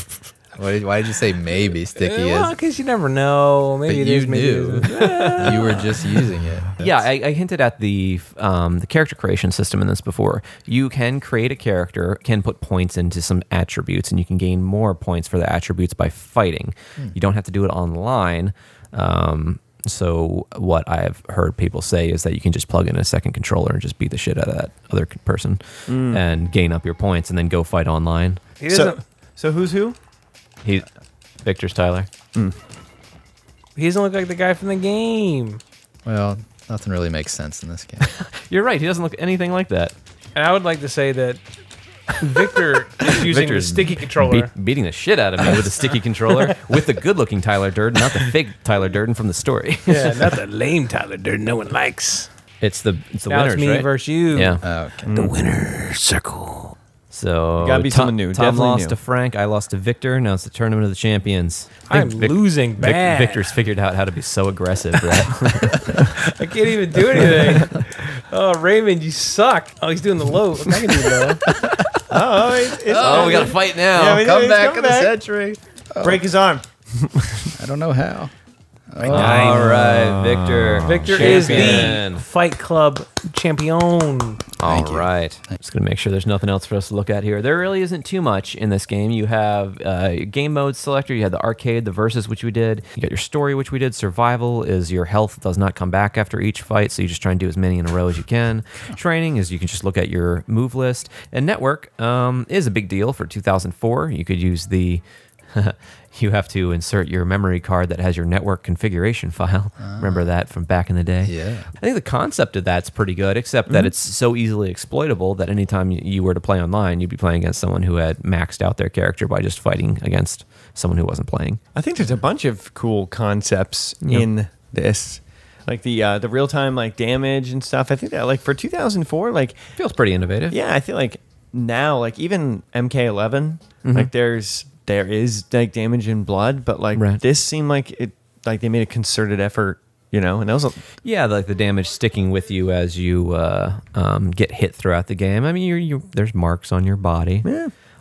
Why did, why did you say maybe Eh, sticky? well, is? because you never know. But Maybe it you is. Maybe it knew. isn't. you were just using it. Yeah, I, I hinted at the um, the character creation system in this before. You can create a character, can put points into some attributes, and you can gain more points for the attributes by fighting. You don't have to do it online. Um, so what I've heard people say is that you can just plug in a second controller and just beat the shit out of that other c- person and gain up your points, and then go fight online. He So, doesn't. so who's who? He, Victor's Tyler. He doesn't look like the guy from the game. Well, nothing really makes sense in this game. You're right. He doesn't look anything like that. And I would like to say that Victor is using the Victor's sticky controller. Beat- beating the shit out of me with a sticky controller with the good looking Tyler Durden, not the fake Tyler Durden from the story. yeah, not the lame Tyler Durden. No one likes. It's the it's the now winners, it's me right? versus you. yeah. Okay. Circle. so Gotta be Tom, someone new, Tom definitely lost new. to Frank. I lost to Victor. Now it's the tournament of the champions. I I'm think Vic- losing Vic- bad. Victor's figured out how to be so aggressive. Right? I can't even do anything. oh, Raymond, you suck. Oh, he's doing the low. Look, I can do the low. Oh, it's, it's oh, we gotta fight Yeah, now. we- Come he's back come in the back. century. break his arm. I don't know how. All right, Victor. Victor Champion. is the Fight Club champion. All right. Just going to make sure there's nothing else for us to look at here. There really isn't too much in this game. You have uh, your game mode selector, you had the arcade, the versus, which we did. You got your story, which we did. Survival is your health does not come back after each fight, so you just try and do as many in a row as you can. Training is you can just look at your move list. And network um, is a big deal for 2004. You could use the. you have to insert your memory card that has your network configuration file. Remember that from back in the day? Yeah. I think the concept of that's pretty good, except that it's so easily exploitable that anytime you- you were to play online, you'd be playing against someone who had maxed out their character by just fighting against someone who wasn't playing. I think there's a bunch of cool concepts in this, like the uh, the real time like damage and stuff. I think that like for 2004, like Feels pretty innovative. yeah, I feel like now like even MK11, Mm-hmm. like there's there is like damage in blood, but like Right. this seemed like it like they made a concerted effort, you know, and that was a, Yeah, like the damage sticking with you as you uh, um, get hit throughout the game. I mean, you're, you there's marks on your body.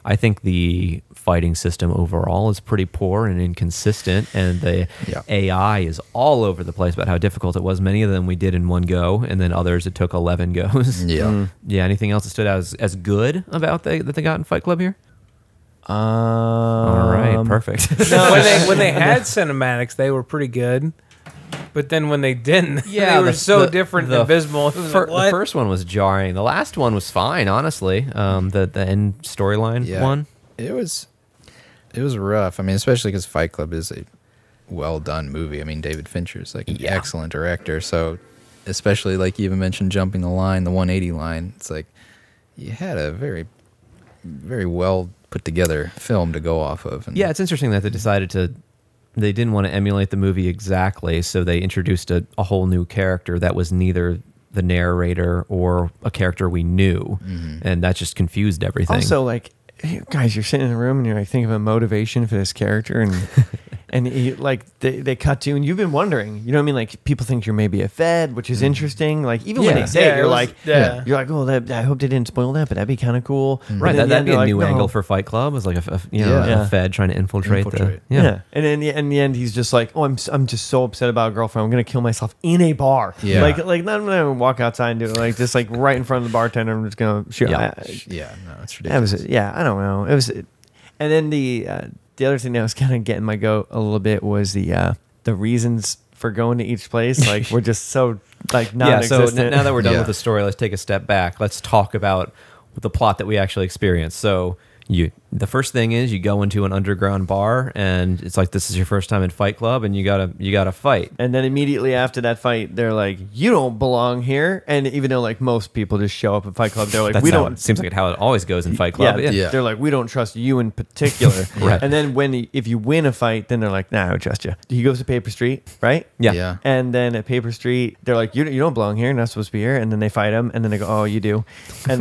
I think the fighting system overall is pretty poor and inconsistent, and the Yeah. AI is all over the place about how difficult it was. Many of them we did in one go, and then others it took 11 goes. Yeah. Yeah, anything else that stood out as, as good about they, that they got in Fight Club here? um, All right, perfect. No, when they when they had cinematics, they were pretty good. But then when they didn't, they were the- so the- different the and abysmal. It was fir- like, what? The first one was jarring. The last one was fine, honestly. Um, the the end storyline Yeah. one. Mm. It was, it was rough. I mean, especially because Fight Club is a well done movie. I mean, David Fincher is like an excellent director. So, especially like you even mentioned jumping the line, the 180 line. It's like you had a very very well put together film to go off of. And Yeah, it's interesting that they decided to. They didn't want to emulate the movie exactly, so they introduced a, a whole new character that was neither the narrator or a character we knew, and that just confused everything. Mm-hmm. Also, like, you guys, you're sitting in a room and you're like, think of a motivation for this character, and and you, like they, they cut to, and you've been wondering, you know what I mean? Like, people think you're maybe a Fed, which is interesting. Like, even when Mm-hmm. Yeah. they say Yeah, it, it you're was- like, yeah. you're like, oh, that, I hope they didn't spoil that, but that'd be kind of cool, And Mm. right? in That, the that'd end, be you're a like, oh, new no. angle for Fight Club. Is like a, f- you know, Yeah. a Fed trying to infiltrate, Infiltrate. the Yeah. And in the, in the end, he's just like, oh, I'm s- I'm just so upset about a girlfriend. I'm gonna kill myself in a bar. Yeah. Like like not I'm gonna walk outside and do it. Like just like right in front of the bartender. I'm just gonna shoot. Yeah. I- I- Yeah, no, it's That was it. yeah. I don't know. It was, it, and then the uh, the other thing that was kind of getting my goat a little bit was the uh, the reasons for going to each place. Like we're just so like yeah. So non-existent. n- now that we're done with the story, let's take a step back. Let's talk about the plot that we actually experienced. So you, the first thing is you go into an underground bar, and it's like this is your first time in Fight Club, and you gotta you gotta fight. And then immediately after that fight, they're like, "You don't belong here." And even though like most people just show up at Fight Club, they're like, That's "We how don't." It seems like how it always goes in Fight Club. Yeah, they're like, "We don't trust you in particular." Right. And then when he- if you win a fight, then they're like, "Nah, I don't trust you." He goes to Paper Street, right? Yeah. Yeah. And then at Paper Street, they're like, "You you don't belong here. You're not supposed to be here." And then they fight him, and then they go, "Oh, you do." And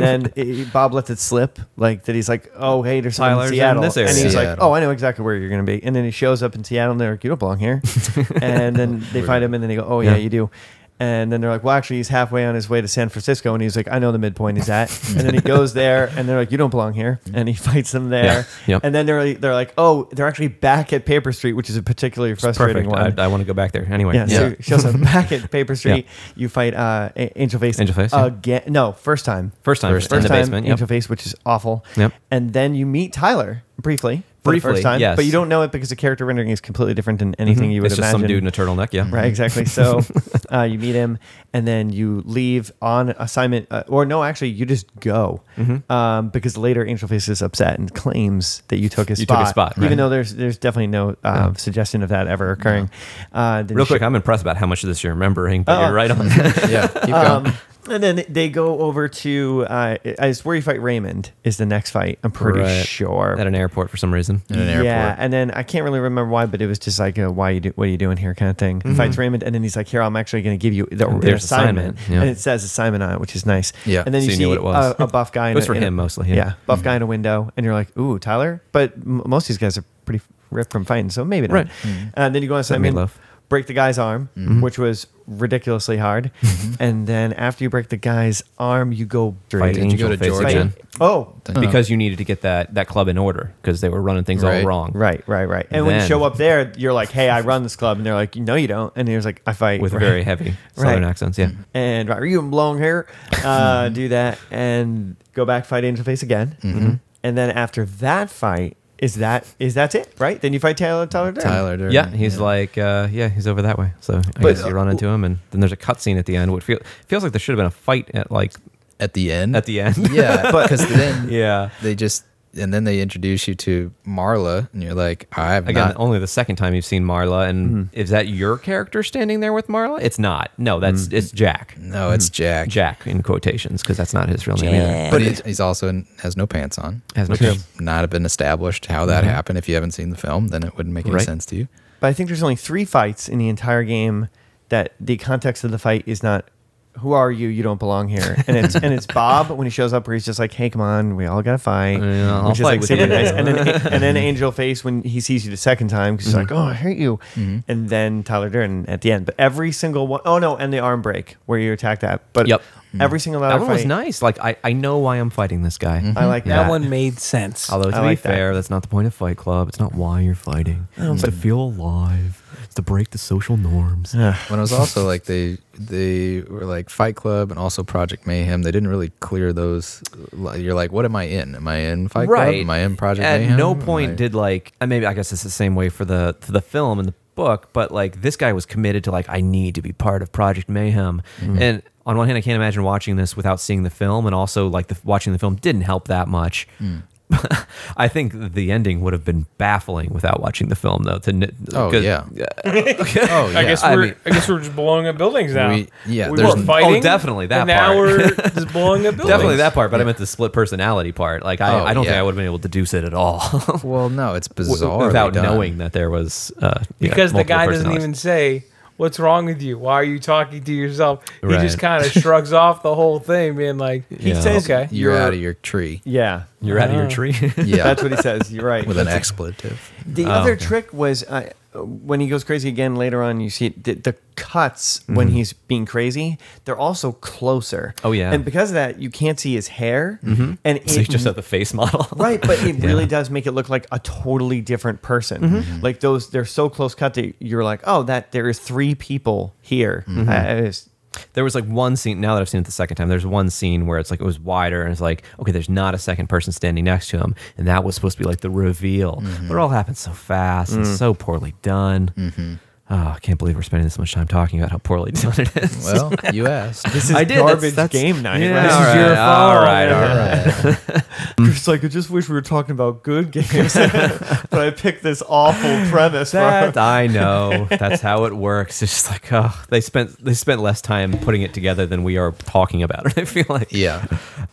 then it- Bob lets it slip, like that. He's like, "Oh, hey, there's someone Tyler's in in Seattle," this area. and he's like, Seattle. "Oh, I know exactly where you're gonna be." And then he shows up in Seattle, and they're like, "You don't belong here." and then they find him, and then they go, "Oh yeah, Yeah. you do." And then they're like, well, actually, he's halfway on his way to San Francisco. And he's like, I know the midpoint is at. And then he goes there, and they're like, you don't belong here. And he fights them there. Yeah. Yep. And then they're, they're like, oh, they're actually back at Paper Street, which is a particularly frustrating Perfect. one. I, I want to go back there anyway. Yeah, so she also back at Paper Street. You fight uh, A- Angel Face. Angel Face, yeah. again. No, first time. First time, First, in the time. basement, yep. Angel Face, which is awful. Yep. And then you meet Tyler briefly. for the Briefly, first time, yes. but you don't know it because the character rendering is completely different than anything Mhm. you would It's just imagine. some dude in a turtleneck, yeah. Right, exactly. So uh, you meet him, and then you leave on assignment, uh, or no, actually, you just go Mhm. um, because later Angel Face is upset and claims that you took his You spot, took his spot, even right. though there's there's definitely no uh, Yeah. suggestion of that ever occurring. Uh, then Real she- quick, I'm impressed about how much of this you're remembering, but Oh. you're right on. Um, and then they go over to uh, it's where you fight Raymond is the next fight. I'm pretty Right. sure At an airport for some reason. Yeah, and then I can't really remember why, but it was just like, uh, "Why you do? What are you doing here?" kind of thing. Mhm. Fights Raymond, and then he's like, "Here, I'm actually going to give you the, an assignment,", There's assignment, yeah. and it says assignment on it, which is nice. Yeah, and then so you you see knew what it was. A, a buff guy. It in was a- for in a- him mostly, yeah. Mm-hmm. buff guy in a window, and you're like, "Ooh, Tyler," but m- most of these guys are pretty ripped from fighting, so maybe not. Mm-hmm. Right. And then you go on Send me assignment. love. Break the guy's arm, Mhm. which was ridiculously hard, Mm-hmm. and then after you break the guy's arm, you go Fight straight- Angel Face Fight- again. Oh, because you needed to get that that club in order because they were running things Right. all wrong. Right, right, right. And when you show up there, you're like, "Hey, I run this club," and they're like, "No, you don't." And he was like, "I fight With very heavy Southern accents, yeah. And right, you long hair, uh, do that, and go back fight Angel Face again, Mhm. and then after that fight, is that is that's it? Right? Then you fight Tyler Tyler Durden. yeah, he's like, uh, yeah, he's over that way. So I But- guess you run into him, and then there's a cutscene at the end, which feel, feels like there should have been a fight at like at the end. At the end, Yeah, because then yeah, they just and then they introduce you to Marla, and you're like, I've Again, not only the second time you've seen Marla, and is that your character standing there with Marla? It's not. No, that's it's Jack. No, it's Jack. mm-hmm. Jack in quotations because that's not his real name. either. But he's, he's also in, has no pants on. Has no which pants. Not have been established how that Mhm. happened. If you haven't seen the film, then it wouldn't make any Right. sense to you. But I think there's only three fights in the entire game that the context of the fight is not who are you? You don't belong here. And it's and it's Bob when he shows up where he's just like, Hey, come on, we all gotta fight. Yeah, I'll which is fight like with super you. nice. And then and then Angel Face when he sees you the second time because he's Mm-hmm. like, Oh, I hate you. Mhm. And then Tyler Durden at the end. But every single one oh no, and the arm break where you attack that. But Yep. every single other that one fight Mm-hmm. was nice. Like I, I know why I'm fighting this guy. I like Yeah. That one made sense. Although to I be like that. fair, that's not the point of Fight Club. It's not why you're fighting. Oh, It's but- to feel alive. It's to break the social norms. When it was also like they they were like Fight Club and also Project Mayhem. They didn't really clear those. li- You're like, what am I in? Am I in Fight Club? Am I in Project At Mayhem? no Am point I- did like and maybe I guess it's the same way for the for the film and the book, but like this guy was committed to like I need to be part of Project Mayhem. Mm-hmm. Mhm. And on Mm. one hand, I can't imagine watching this without seeing the film, and also like the, watching the film didn't help that much. I think the ending would have been baffling without watching the film, though. To n- Oh, 'cause- uh, yeah. oh, I guess we're I, I mean- guess we're just blowing up buildings now. We- yeah, we there's were n- fighting. Oh, definitely that and Now part. we're just blowing up buildings. Definitely that part, but I meant the split personality part. Like I, Oh, I don't think yeah. I would have been able to deduce it at all. well, no, it's W- bizarre without knowing that there was uh, yeah, because the multiple guy doesn't personalities. even say what's wrong with you. Why are you talking to yourself? He just Right. kind of shrugs off the whole thing, being like, He says "Okay, You're out of your tree. Yeah. You're out of your Uh-huh. tree. Yeah. That's what he says. You're right. With an That's- expletive. The Oh, other okay. trick was uh, when he goes crazy again later on, you see the, the cuts when Mhm. he's being crazy, they're also closer. Oh, yeah. And because of that, you can't see his hair. Mhm. And So he's just at the face model. right, but it Yeah. Mm-hmm. really does make it look like a totally different person. Mm-hmm. Like those, they're so close cut that you're like, oh, that there are three people here. Mhm. I- I just- There was like one scene. Now that I've seen it the second time, there's one scene where it's like it was wider, and it's like, okay, there's not a second person standing next to him, and that was supposed to be like the reveal. But it all happened so fast and Mm-hmm. Mm. Mm-hmm. so poorly done. Oh, I can't believe we're spending this much time talking about how poorly done it is. Well, you asked. This is I did. That's- garbage that's- game night. Yeah, right? um, all right, all right, all right. It's like, I just wish we were talking about good games, but I picked this awful premise. from- That I know. That's how it works. It's just like, oh, they spent they spent less time putting it together than we are talking about it. I feel like, yeah.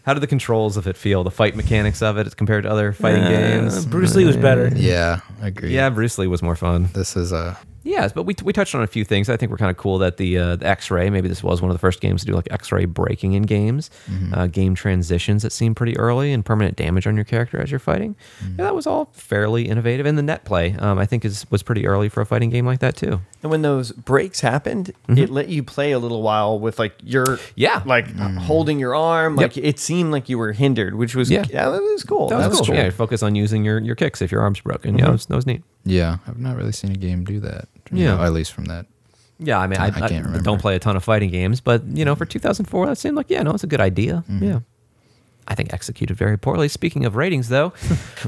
How do the controls of it feel? The fight mechanics of it compared to other fighting Uh, games. Bruce Lee was better. Yeah, I agree. Yeah, Bruce Lee was more fun. This is a Yes, but we, we touched on a few things. I think we're kind of cool that the, uh, the X-ray. Maybe this was one of the first games to do like X-ray breaking in games, Mm-hmm. uh, game transitions that seem pretty early, and permanent damage on your character as you're fighting. Mm-hmm. Yeah, that was all fairly innovative, and the net play um, I think is was pretty early for a fighting game like that too. And when those breaks happened, Mhm. it let you play a little while with like your yeah, like holding your arm. Like it seemed like you were hindered, which was yeah, that was cool. That was, cool. Yeah, focus on using your, your kicks if your arm's broken. Yeah, Mm-hmm. Mhm. that was, that was neat. yeah. I've not really seen a game do that. You Yeah. know, at least from that. Yeah, I mean, I, I I, can't remember. don't play a ton of fighting games, but you know, for 2004, that seemed like yeah, no, it's a good idea. Mm-hmm. Yeah, I think executed very poorly. Speaking of ratings, though,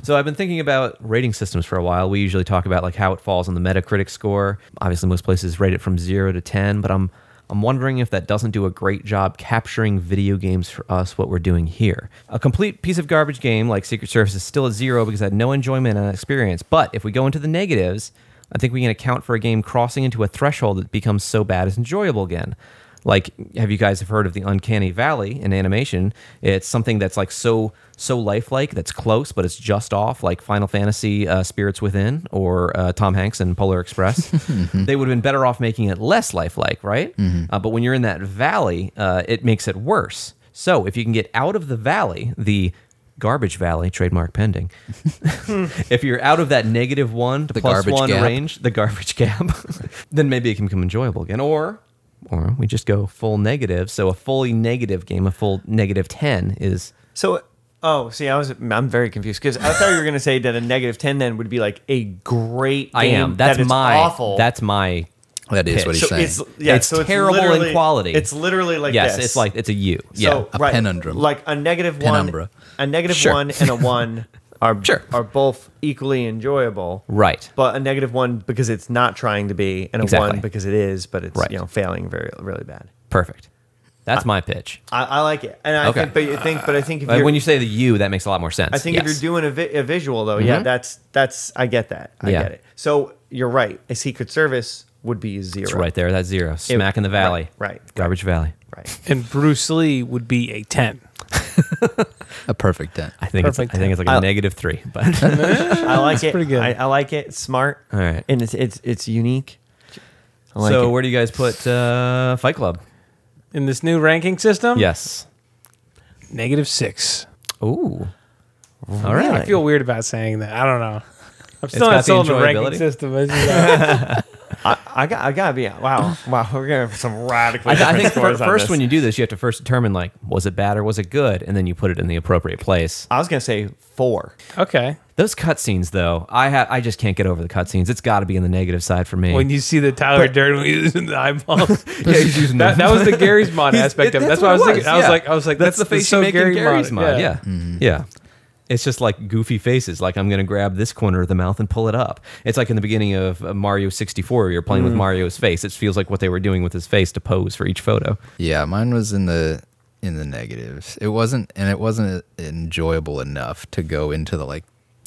so I've been thinking about rating systems for a while. We usually talk about like how it falls on the Metacritic score. Obviously, most places rate it from zero to ten, but I'm I'm wondering if that doesn't do a great job capturing video games for us, what we're doing here. A complete piece of garbage game like Secret Service is still a zero because I had no enjoyment and experience. But if we go into the negatives, I think we can account for a game crossing into a threshold that becomes so bad it's enjoyable again. Like, have you guys have heard of the uncanny valley in animation? It's something that's like so so lifelike, that's close, but it's just off, like Final Fantasy, uh, Spirits Within, or uh, Tom Hanks and Polar Express. they would have been better off making it less lifelike, right? Uh, but when you're in that valley, uh, it makes it worse. So if you can get out of the valley, the garbage valley, trademark pending. if you're out of that negative one to The plus garbage one gap. range, the garbage gap, then maybe it can become enjoyable again. Or or we just go full negative. So a fully negative game, a full negative ten is So oh, see, I was I'm very confused because I thought you were gonna say that a negative ten then would be like a great. Game I am. That's that is my awful. that's my That is what pitch. he's So saying. it's- yeah, it's so it's terrible literally- in quality. it's literally like yes, this. it's like it's a U. Yeah. So, A right, penumbrum. Like a negative Penumbra. one, a negative Sure. one and a one are are both equally enjoyable. Right. But a negative one because it's not trying to be, and a Exactly. one because it is, but it's Right. you know failing very really bad. Perfect. That's my pitch. I, I like it, and I Okay. think, but you think, but I think if Uh, you're, when you say the U, that makes a lot more sense. I think if Yes. you're doing a, vi- a visual though, yeah, Mhm. that's that's I get that, I Yeah. get it. So you're right. A Secret Service would be a zero. It's right there, that zero. Smack in the valley. right, right. Garbage valley. Right. And Bruce Lee would be a ten. a perfect dent. I think it's, I Perfect. think it's like I- a negative three, but I like it. pretty good. I, I like it. It's Smart. All right. and it's it's it's unique. I like so it. where do you guys put uh, Fight Club? In this new ranking system, Yes. negative six. Ooh. All right. I feel weird about saying that. I don't know. I'm still got not the sold on the ranking enjoyability. system. It's just, uh, I, I got I gotta be wow wow we're gonna have some radically I, th- I think different fir- scores on first this. when you do this, you have to first determine like was it bad or was it good, and then you put it in the appropriate place. I was gonna say four okay. Those cutscenes, though, I ha- I just can't get over the cutscenes. It's got to be in the negative side for me. When you see the Tyler Durden using the eyeballs, yeah, he's using that, that was the Gary's mod He's- aspect it- of it. That's what I was it thinking. I was yeah. like, I was like, that's, the face so you make Gary in Gary's mod. mod. Yeah, Mm-hmm. yeah. It's just like goofy faces. Like I'm gonna grab this corner of the mouth and pull it up. It's like in the beginning of uh, Mario 64, where you're playing Mm. with Mario's face. It feels like what they were doing with his face to pose for each photo. Yeah, mine was in the in the negatives. It wasn't, and it wasn't enjoyable enough to go into the like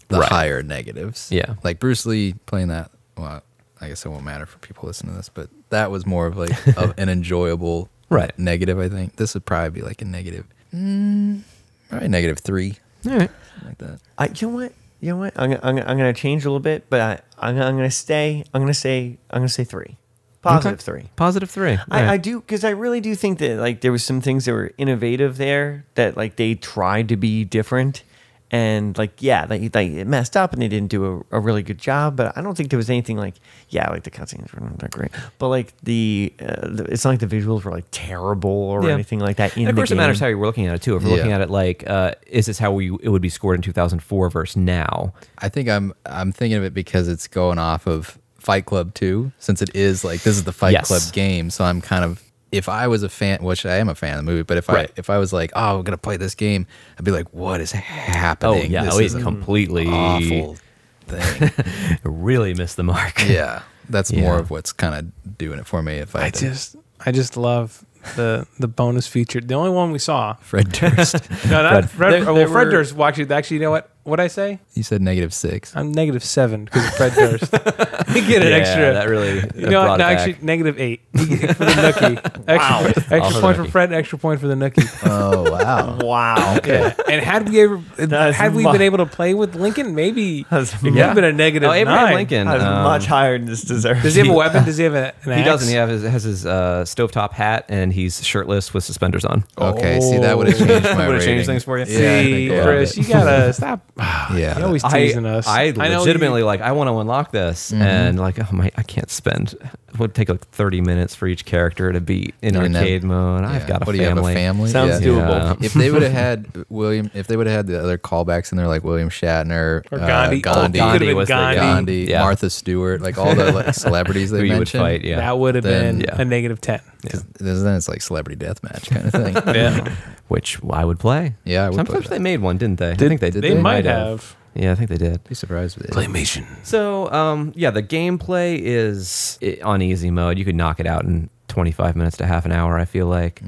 the Right. higher negatives. Yeah. like Bruce Lee playing that. Well, I guess it won't matter for people listening to this, but that was more of like of an enjoyable Right. negative. I think this would probably be like a negative, Mm. probably negative three, All right. something like that. I, you know what? You know what? I'm, gonna- I'm, gonna- I'm going to change a little bit, but I, I'm, gonna- I'm going to stay. I'm going to say. I'm going to say three. Positive Okay. three. Positive three. I, Alright. I do because I really do think that like there was some things that were innovative there that like they tried to be different and like yeah they, they it messed up and they didn't do a, a really good job but I don't think there was anything like yeah like the cutscenes were not that great but like the, uh, the it's not like the visuals were like terrible or Yeah. anything like that in and of the course, game. it matters how you're looking at it too. If we're Yeah. looking at it like, uh, is this how we it would be scored in 2004 versus now? I think I'm I'm thinking of it because it's going off of Fight Club 2, since it is like this is the Fight Yes. Club game. So I'm kind of if I was a fan, which I am a fan of the movie, but if Right. I if I was like, oh, we're gonna play this game, I'd be like, what is happening? Oh yeah, this oh, is it an completely awful thing. really missed the mark. yeah, that's more Yeah. of what's kind of doing it for me. If I, I think. just I just love the the bonus feature. The only one we saw. Fred Durst, No, not Fred. Fred- there- well, there Fred were- Durst. Actually, actually, you know what? What I say? you said negative six. I'm negative seven because of Fred Durst. You get an Yeah, extra. that really- You that know, brought what? no, it back. actually, negative eight You get for the nookie. Extra, Wow. extra All for the point for nookie. Fred. Extra point for the nookie. Oh wow, wow. Yeah. And had we ever, That's had we mu- been able to play with Lincoln, maybe That's it could mu- have been a negative Oh, Abraham nine. Lincoln. I was um, much higher than this deserves Does he have a to be. weapon? Does he have a, He an axe? doesn't. He have his, has his uh, stovetop hat and he's shirtless with suspenders on. Okay, see that would have changed my Would've changed rating. things for you. Yeah, I See, think I would Chris, have. you gotta stop. Yeah, You're always I, teasing us. I know you- legitimately like. I want to unlock this, and like, oh my, I can't spend. It would take like thirty minutes for each character to be in You didn't have- arcade mode. I've Yeah. got a what, do family. you have a family? Sounds doable. if they would have had William, if they would have had the other callbacks in there, like William Shatner, Or uh, Gandhi. Oh, Gandhi, it could've been was the- Gandhi. Gandhi, Yeah. Martha Stewart, like all the like, celebrities they Who you would mentioned. fight, yeah. that would have Then- been yeah. a negative ten. 'Cause Then it's like celebrity death match kind of thing. Yeah, Which I would play. Yeah, I would play sometimes that. they made one, didn't they? I Did- think they did they, They might have. Yeah, I think they did. Be surprised with it. Claymation. So, um, yeah, the gameplay is i- on easy mode. You could knock it out in 25 minutes to half an hour, I feel like.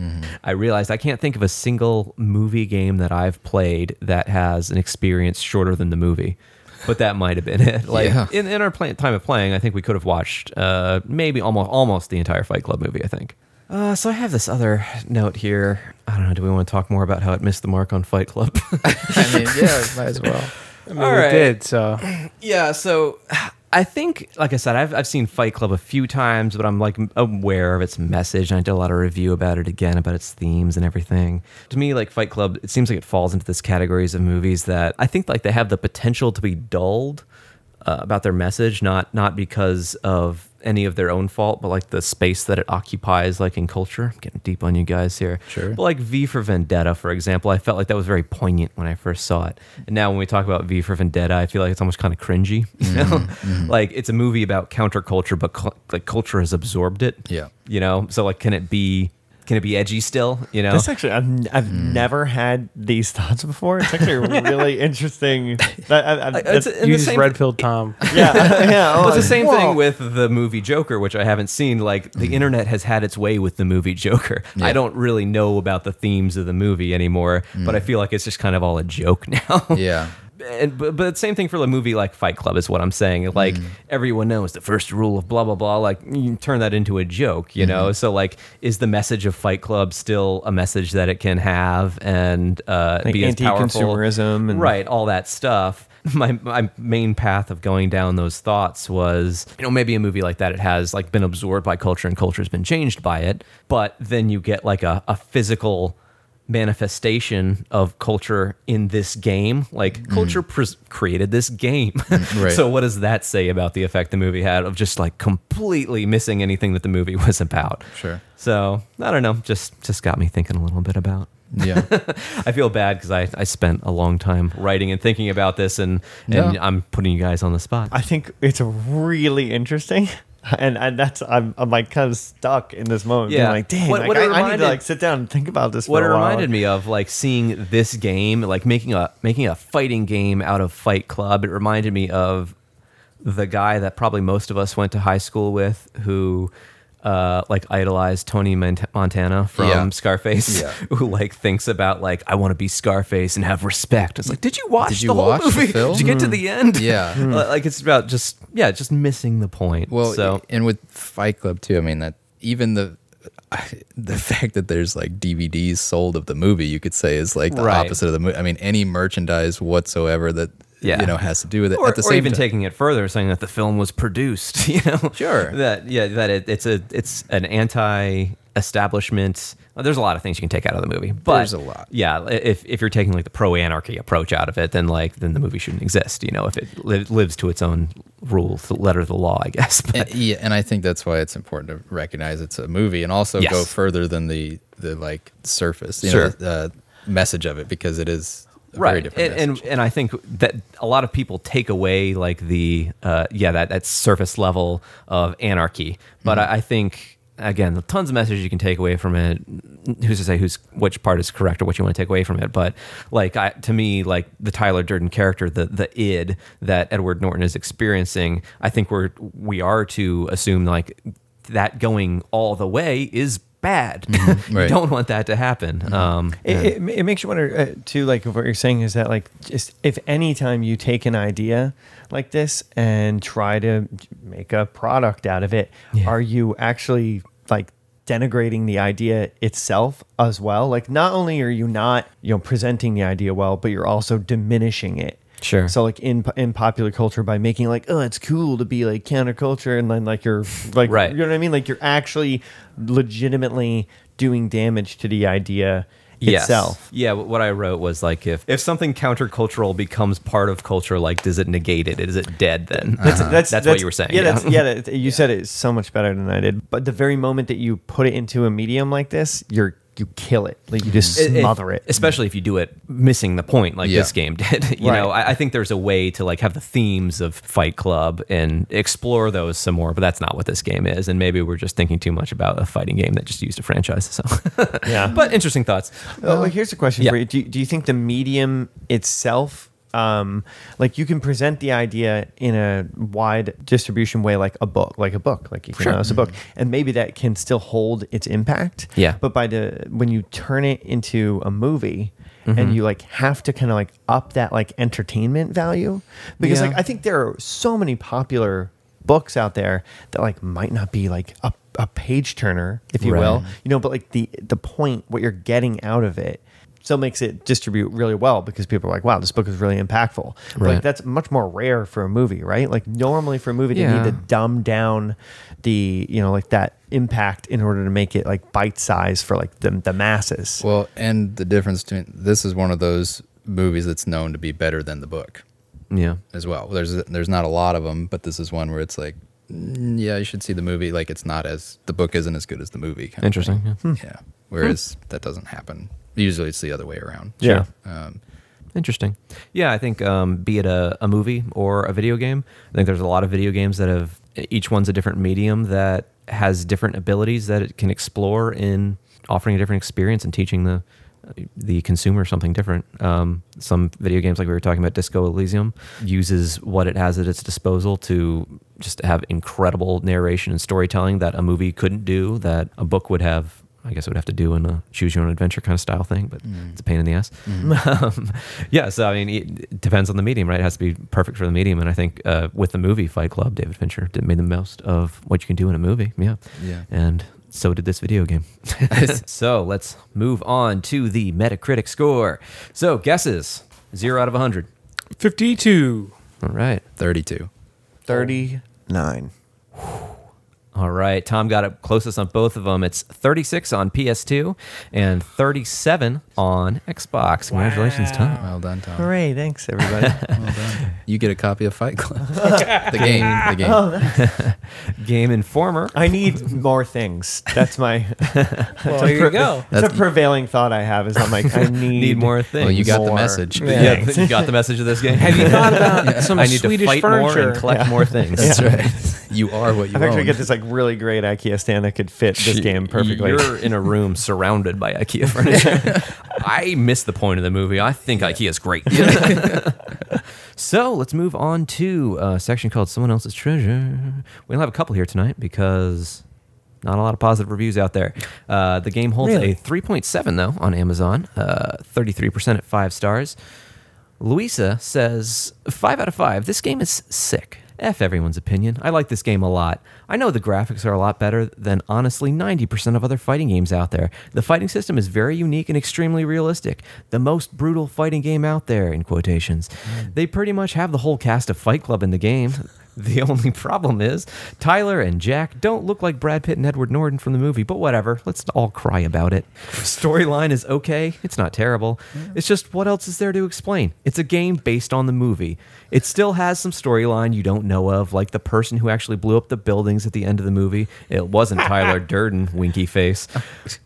I realized I can't think of a single movie game that I've played that has an experience shorter than the movie. But that might have been it. Like Yeah. in, in our play, time of playing, I think we could have watched uh, maybe almost almost the entire Fight Club movie. I think. Uh, so I have this other note here. I don't know. Do we want to talk more about how it missed the mark on Fight Club? I mean, yeah, might as well. I mean, All we right. did so. Yeah, so I think, like I said, I've, I've seen Fight Club a few times, but I'm like aware of its message, and I did a lot of review about it again, about its themes and everything. To me, like Fight Club, it seems like it falls into this categories of movies that I think like they have the potential to be dulled uh, about their message, not not because of any of their own fault, but like the space that it occupies, like in culture. I'm getting deep on you guys here. Sure. But like V for Vendetta, for example, I felt like that was very poignant when I first saw it. And now when we talk about V for Vendetta, I feel like it's almost kind of cringy. You know, like it's a movie about counterculture, but cul- like culture has absorbed it. Yeah. You know, so like, can it be? Can it be edgy still? You know, That's actually I've, I've Hmm. never had these thoughts before. It's actually really interesting. That, I, I, it's- that's, In You the just same- red pilled Tom. yeah, yeah. Well, oh, it's the same whoa. Hmm. thing with the movie Joker, which I haven't seen. Like the internet has had its way with the movie Joker. I don't really know about the themes of the movie anymore, Hmm. but I feel like it's just kind of all a joke now. Yeah. And, but, but same thing for a movie like Fight Club is what I'm saying. Like Hmm. everyone knows the first rule of blah blah blah. Like you turn that into a joke, you Hmm. know. So like, is the message of Fight Club still a message that it can have and uh, Like be as powerful? anti-consumerism and- right? all that stuff. My, my main path of going down those thoughts was, you know, maybe a movie like that, it has like been absorbed by culture and culture has been changed by it. But then you get like a, a physical manifestation of culture in this game. Like culture pres- created this game. Mm-hmm. right. so what does that say about the effect the movie had of just like completely missing anything that the movie was about? Sure. So I don't know. Just, just got me thinking a little bit about Yeah. I feel bad because I, I spent a long time writing and thinking about this, and, and No. I'm putting you guys on the spot. I think it's really interesting. And, and that's I'm, I'm like kind of stuck in this moment. Yeah. being like, dang, What- like, what it I, I need reminded- to like sit down and think about this. what for it a while. reminded me of, like seeing this game, like making a making a fighting game out of Fight Club. It reminded me of the guy that probably most of us went to high school with, who uh, like idolized Tony Mont- Montana from Yeah. Scarface, Yeah. who like thinks about like I want to be Scarface and have respect. It's like, did you watch Did you the whole watch the movie? film? Did you get to Mm. the end? Yeah. Mm. like it's about just yeah, just missing the point. Well, so and with Fight Club too. I mean that even the the fact that there's like DVDs sold of the movie, you could say is like the Right. opposite of the movie. I mean, any merchandise whatsoever that Yeah. you know has to do with it. or, At the or same even time, taking it further, saying that the film was produced. You know, Sure. that yeah, that it, it's a it's an anti-establishment. well, There's a lot of things you can take out of the movie, but There's a lot. Yeah, i- if if you're taking like the pro anarchy approach out of it, then like then the movie shouldn't exist. You know, if it li- lives to its own rule, the letter of the law, I guess. But And, yeah, and I think that's why it's important to recognize it's a movie and also Yes. go further than the the like surface, you know, Sure. the uh, message of it because it is a right. very different. and, and and I think that a lot of people take away like the uh, yeah that that surface level of anarchy, but Mm-hmm. I, I think again tons of messages you can take away from it. Who's to say who's which part is correct or what you want to take away from it? But like I, to me, like the Tyler Durden character, the the id that Edward Norton is experiencing, I think we're we are to assume like that going all the way is bad. you Mm-hmm. Right. Mm-hmm. don't want that to happen. Um, It, it, it makes you wonder uh, too. Like what you're saying is that like just if any time you take an idea like this and try to make a product out of it, are you actually like denigrating the idea itself as well? Like not only are you not you know presenting the idea well, but you're also diminishing it. Sure. So like in in popular culture by making like oh it's cool to be like counterculture and then like you're like Right. you know what I mean like you're actually legitimately doing damage to the idea itself. Yes. Yeah, wh- what I wrote was like if if something countercultural becomes part of culture, like does it negate it? Is it dead then? Uh-huh. That's, what you were saying. Yeah, That's, yeah that, you said it so much better than I did. But the very moment that you put it into a medium like this, you're you kill it. Like you just It- it- smother it. especially if you do it missing the point, like Yeah. this game did. You know, I, I think there's a way to like have the themes of Fight Club and explore those some more, but that's not what this game is. And maybe we're just thinking too much about a fighting game that just used a franchise. So, Yeah. but interesting thoughts. Oh, well, here's a question Yeah. for you. Do, you- do you think the medium itself, um, like you can present the idea in a wide distribution way, like a book, like a book, like you can Sure. Mm-hmm. announce a book, and maybe that can still hold its impact. Yeah. But by the when you turn it into a movie. And Mhm. you like have to kind of like up that like entertainment value because Yeah. like I think there are so many popular books out there that like might not be like a, a page turner if you Right. will Mm-hmm. you know but like the the point what you're getting out of it still makes it distribute really well because people are like wow this book is really impactful But, like Right. that's much more rare for a movie right like normally for a movie Yeah. they need to dumb down the you know like that impact in order to make it like bite size for like the, the masses Well, and the difference between this is one of those movies that's known to be better than the book Yeah. as well. There's there's not a lot of them, but this is one where it's like, mm, yeah, you should see the movie. Like it's not as the book isn't as good as the movie. kind of Interesting, Hmm. thing. Yeah. Whereas that doesn't happen. Usually it's the other way around. Yeah. Um, Interesting. Yeah, I think um, be it a, a movie or a video game, I think there's a lot of video games that have each one's a different medium that has different abilities that it can explore in offering a different experience and teaching the the consumer something different. Um, some video games, like we were talking about, Disco Elysium, uses what it has at its disposal to just have incredible narration and storytelling that a movie couldn't do, that a book would have I guess I would have to do in a choose your own adventure kind of style thing, but it's a pain in the ass. Um, yeah, so I mean, it depends on the medium, right? It has to be perfect for the medium. And I think uh, with the movie Fight Club, David Fincher did made the most of what you can do in a movie. Yeah. Yeah. And so did this video game. so let's move on to the Metacritic score. So guesses zero out of 100. 52. All right. 32. 39 All right, Tom got it closest on both of them. It's 36 on PS2 and 37 on Xbox. Congratulations, Tom. Well done, Tom. hooray thanks everybody You get a copy of Fight Club. the game. The game. Game Informer. Oh, i need more things that's my Well, here you go. that's a prevailing thought i have is i'm like i need, Need more things. Well, Oh, you got the More. message. Yeah, Thanks. you got the message of this game. Have you thought about some I need Swedish to fight more furniture? and collect more things. That's right. You are what you I've actually own. got this like really great IKEA stand that could fit this game perfectly. You're in a room surrounded by IKEA furniture. I missed the point of the movie. I think IKEA's great. so let's move on to a section called Someone Else's Treasure. We'll have a couple here tonight because Not a lot of positive reviews out there. Uh, the game holds Really? a 3.7 though on Amazon, uh, 33% at five stars. Luisa says five out of five. This game is sick. F everyone's opinion. I like this game a lot. I know the graphics are a lot better than honestly 90% of other fighting games out there. The fighting system is very unique and extremely realistic. The most brutal fighting game out there, in quotations. They pretty much have the whole cast of Fight Club in the game. The only problem is Tyler and Jack don't look like Brad Pitt and Edward Norton from the movie, but whatever. Let's all cry about it. Storyline is okay. It's not terrible. It's just what else is there to explain? It's a game based on the movie. It still has some storyline you don't know of, like the person who actually blew up the buildings at the end of the movie. It wasn't Tyler Durden, winky face.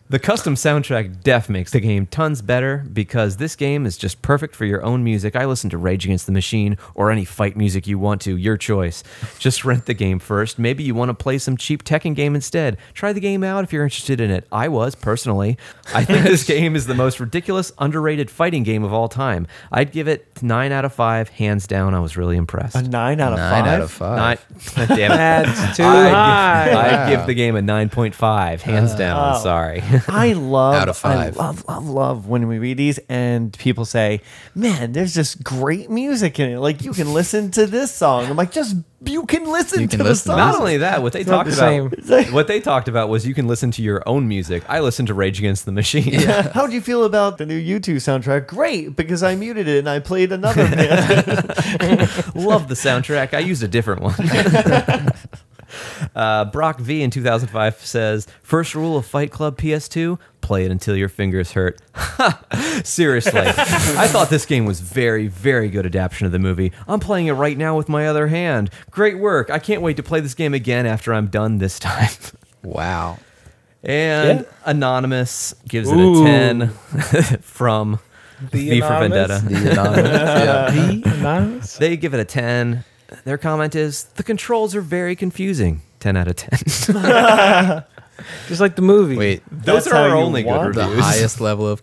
The custom soundtrack def makes the game tons better because this game is just perfect for your own music. I listen to Rage Against the Machine or any fight music you want to, your choice. Just rent the game first. Maybe you want to play some cheap Tekken game instead. Try the game out if you're interested in it. I was personally. I think this game is the most ridiculous, underrated fighting game of all time. I'd give it nine out of five, hands down. I was really impressed. A nine out of Nine five? out of five. Nine, damn it. That's too I'd, high. I'd Wow. give the game a nine point five, hands down. Wow. Sorry. I love, Out of five. I love, love, love when we read these and people say, "Man, there's just great music in it. Like you can listen to this song." I'm like, "Just you can listen You to can the listen to song." Not only that, what they not talked the about, what they talked about was you can listen to your own music. I listened to Rage Against the Machine. How do you feel about the new U2 soundtrack? Great, because I muted it and I played another band. Love the soundtrack. I used a different one. Uh, Brock V in 2005 says, First rule of Fight Club PS2 play it until your fingers hurt. Seriously. I thought this game was very, very good adaptation of the movie. I'm playing it right now with my other hand. Great work. I can't wait to play this game again after I'm done this time. Wow. And Anonymous gives it a Ooh. 10 from The V for Anonymous? Vendetta. The anonymous. yeah. Anonymous? They give it a 10. Their comment is the controls are very confusing. 10 out of 10. Just like the movie. Wait, Those That's are our how you only good want reviews. the highest level of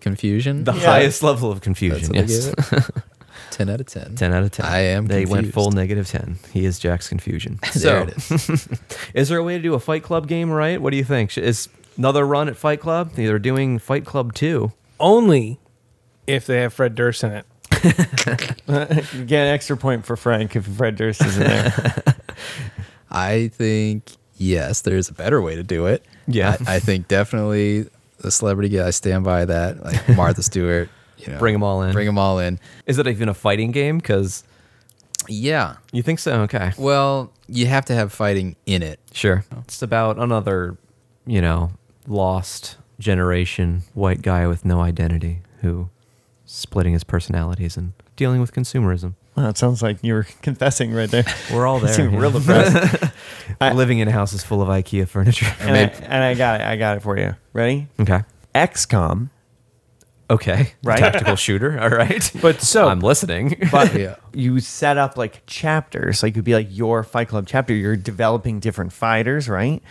confusion. The highest level of confusion. That's what Yes. they give it. Ten out of ten. 10 out of 10. I am. They went confused. full negative 10. He is Jack's confusion. There so, is there a way to do a Fight Club game right? What do you think? Sh- Is another run at Fight Club? They're doing Fight Club 2. Only if they have Fred Durst in it. you get an extra point for Frank if Fred Durst is in there. I think yes, there's a better way to do it. Yeah. I, I think definitely the celebrity guy. I stand by that. Like Martha Stewart. You know, Bring 'em all in. Bring them all in. Is it even a fighting game? Because Yeah. you think so? Okay. Well, you have to have fighting in it. Sure. It's about another, you know, lost generation white guy with no identity who splitting his personalities and dealing with consumerism. Wow, it sounds like you were confessing right there. We're all there. yeah. Real depressed. I- Living in houses full of IKEA furniture. and, I, and I got it. I got it for you. Ready? okay. XCOM. Okay. Right. Tactical shooter. All right. But so I'm listening. But Yeah. you set up like chapters, like it'd be like your Fight Club chapter. You're developing different fighters, right?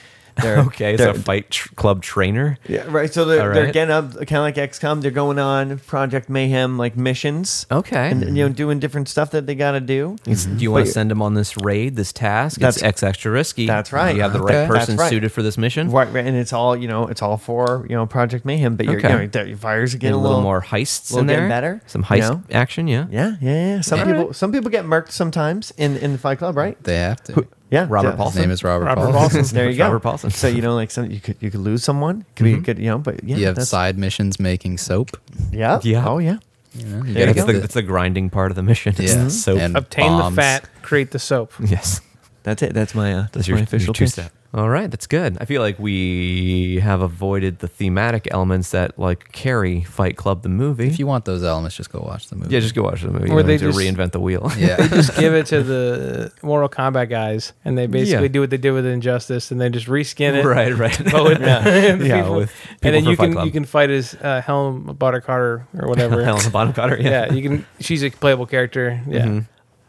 They're, okay. It's they're- a fight tr- club trainer. yeah, right. So they're, All they're right. getting up, kind of like XCOM. They're going on Project Mayhem like missions. Okay. and you know doing different stuff that they got to do. It's- Do you want But- to send him on this raid, this task? That's- it's X extra risky. that's right. Do you have the Okay. right person That's right. suited for this mission? Right, right, and it's all you know. It's all for you know Project Mayhem, but you're, Okay. you know, that your fires are Get getting a little, more heists little in getting there. better, Some you heist know? action. Yeah. Yeah, yeah, yeah. Some Yeah. people, some people get murked sometimes in in the Fight Club, right? They have to. Yeah, Robert yeah. His Paulson. name is Robert, Robert Paulson. Paulson. There you go, Robert Paulson. Mm-hmm. So you know, like some you could you could lose someone. Could be good, you know, but yeah, you have that's- side missions making soap. Yeah, Yeah. Oh yeah. You, know, you gotta There you That's go. the, get that's the grinding part of the mission. the- yeah. It's soap. and obtain bombs. the fat, create the soap. yes. That's it. That's my uh, that's, That's my your, official your two pitch. step. All right, that's good. I feel like we have avoided the thematic elements that like carry Fight Club the movie. If you want those elements, just go watch the movie. yeah, just go watch the movie. Or Or they they to just- reinvent the wheel. yeah. Just give it to the Mortal Kombat guys, and they basically Yeah. do what they did with Injustice, and they just reskin it. right, right. But with yeah, people- yeah, with and then people from you can Fight Club. you can fight as uh, Helen Bonner Carter or whatever. Helena Bonham Carter. Yeah. yeah, you can. She's a playable character. Yeah. Mm-hmm.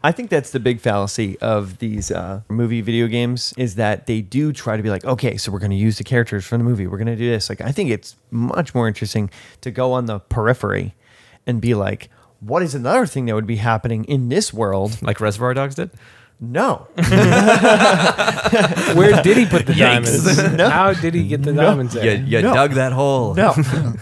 I think that's the big fallacy of these uh, movie video games is that they do try to be like, okay, so we're going to use the characters from the movie. We're going to do this. Like, I think it's much more interesting to go on the periphery and be like, what is another thing that would be happening in this world? Like Reservoir Dogs did. No. Where did he put the Yikes. diamonds? No. How did he get the No. diamonds there? You dug that hole. No,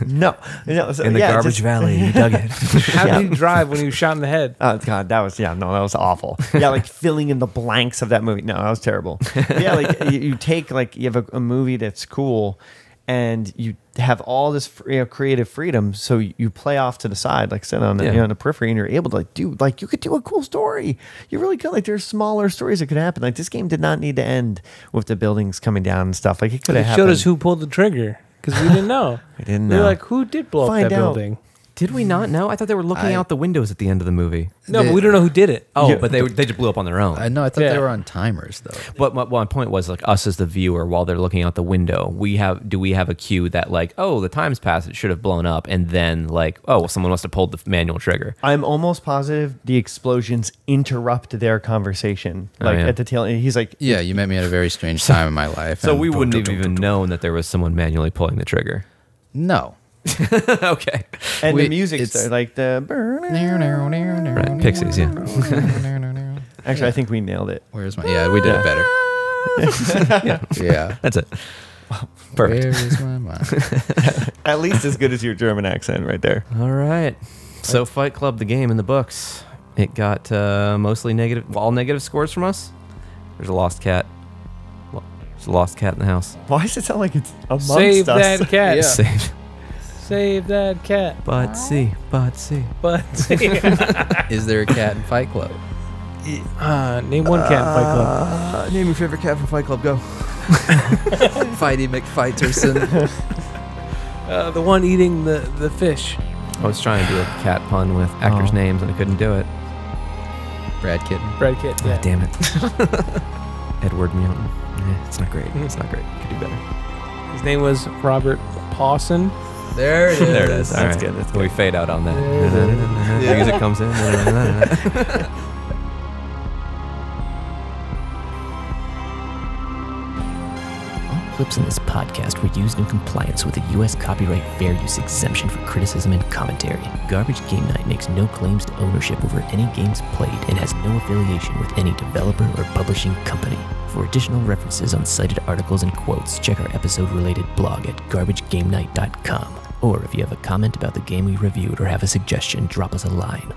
no, no. So, In the yeah, garbage just- valley, you dug it. How Yeah. did he drive when he was shot in the head? Oh god, that was yeah, no, that was awful. Yeah, like filling in the blanks of that movie. No, that was terrible. Yeah, like you, you take like you have a, a movie that's cool, and you have all this fr- you know, creative freedom, so you, you play off to the side, like sit on the, you Yeah. know, on the periphery, and you're able to like do like you could do a cool story. You really could. Like there's smaller stories that could happen. Like this game did not need to end with the buildings coming down and stuff. Like it could It have showed happened. us who pulled the trigger because we didn't know. We didn't We were know. like, who did blow Find up that out. building? Did we not know? I thought they were looking I- out the windows at the end of the movie. No, but we don't know who did it. Oh, Yeah. but they they just blew up on their own. I know. I thought Yeah. they were on timers though. But my, my point was like us as the viewer, while they're looking out the window, we have do we have a cue that like oh the time's passed, it should have blown up, and then like oh well, someone must have pulled the manual trigger. I'm almost positive the explosions interrupt their conversation. Oh, Like yeah. at the tail, end, he's like, Yeah, you met me at a very strange time in my life. So and- we wouldn't have even known that there was someone manually pulling the trigger. No. okay, and We- the music it's- started like the. right, Pixies, yeah. Actually, I think we nailed it. Where's my? Yeah, we did it better. yeah. That's it. Perfect. Where is my mind? At least as good as your German accent, right there. All right. So Fight Club, the game in the books, it got uh, mostly negative, well, all negative scores from us. There's a lost cat. Lo- There's a lost cat in the house. Why does it sound like it's amongst Save us? that cat. Yeah. Saved. Save that cat. But see, but see. But Is there a cat in Fight Club? uh, name one cat in Fight Club. Uh, name your favorite cat from Fight Club. Go. Fighty McFighterson. Uh, the one eating the, the fish. I was trying to do a cat pun with actors' Oh. names and I couldn't do it. Brad Kitten. Brad Kit. Yeah. Damn it. Edward Mountain. Yeah, it's not great. It's not great. Could do better. His name was Robert Pawson. There it is. There it is. All That's right. good, that's We fade out on that. The Music comes in. All clips in this podcast were used in compliance with the U.S. copyright fair use exemption for criticism and commentary. Garbage Game Night makes no claims to ownership over any games played and has no affiliation with any developer or publishing company. For additional references on cited articles and quotes, check our episode related blog at garbagegamenight.com. Or if you have a comment about the game we reviewed or have a suggestion, drop us a line.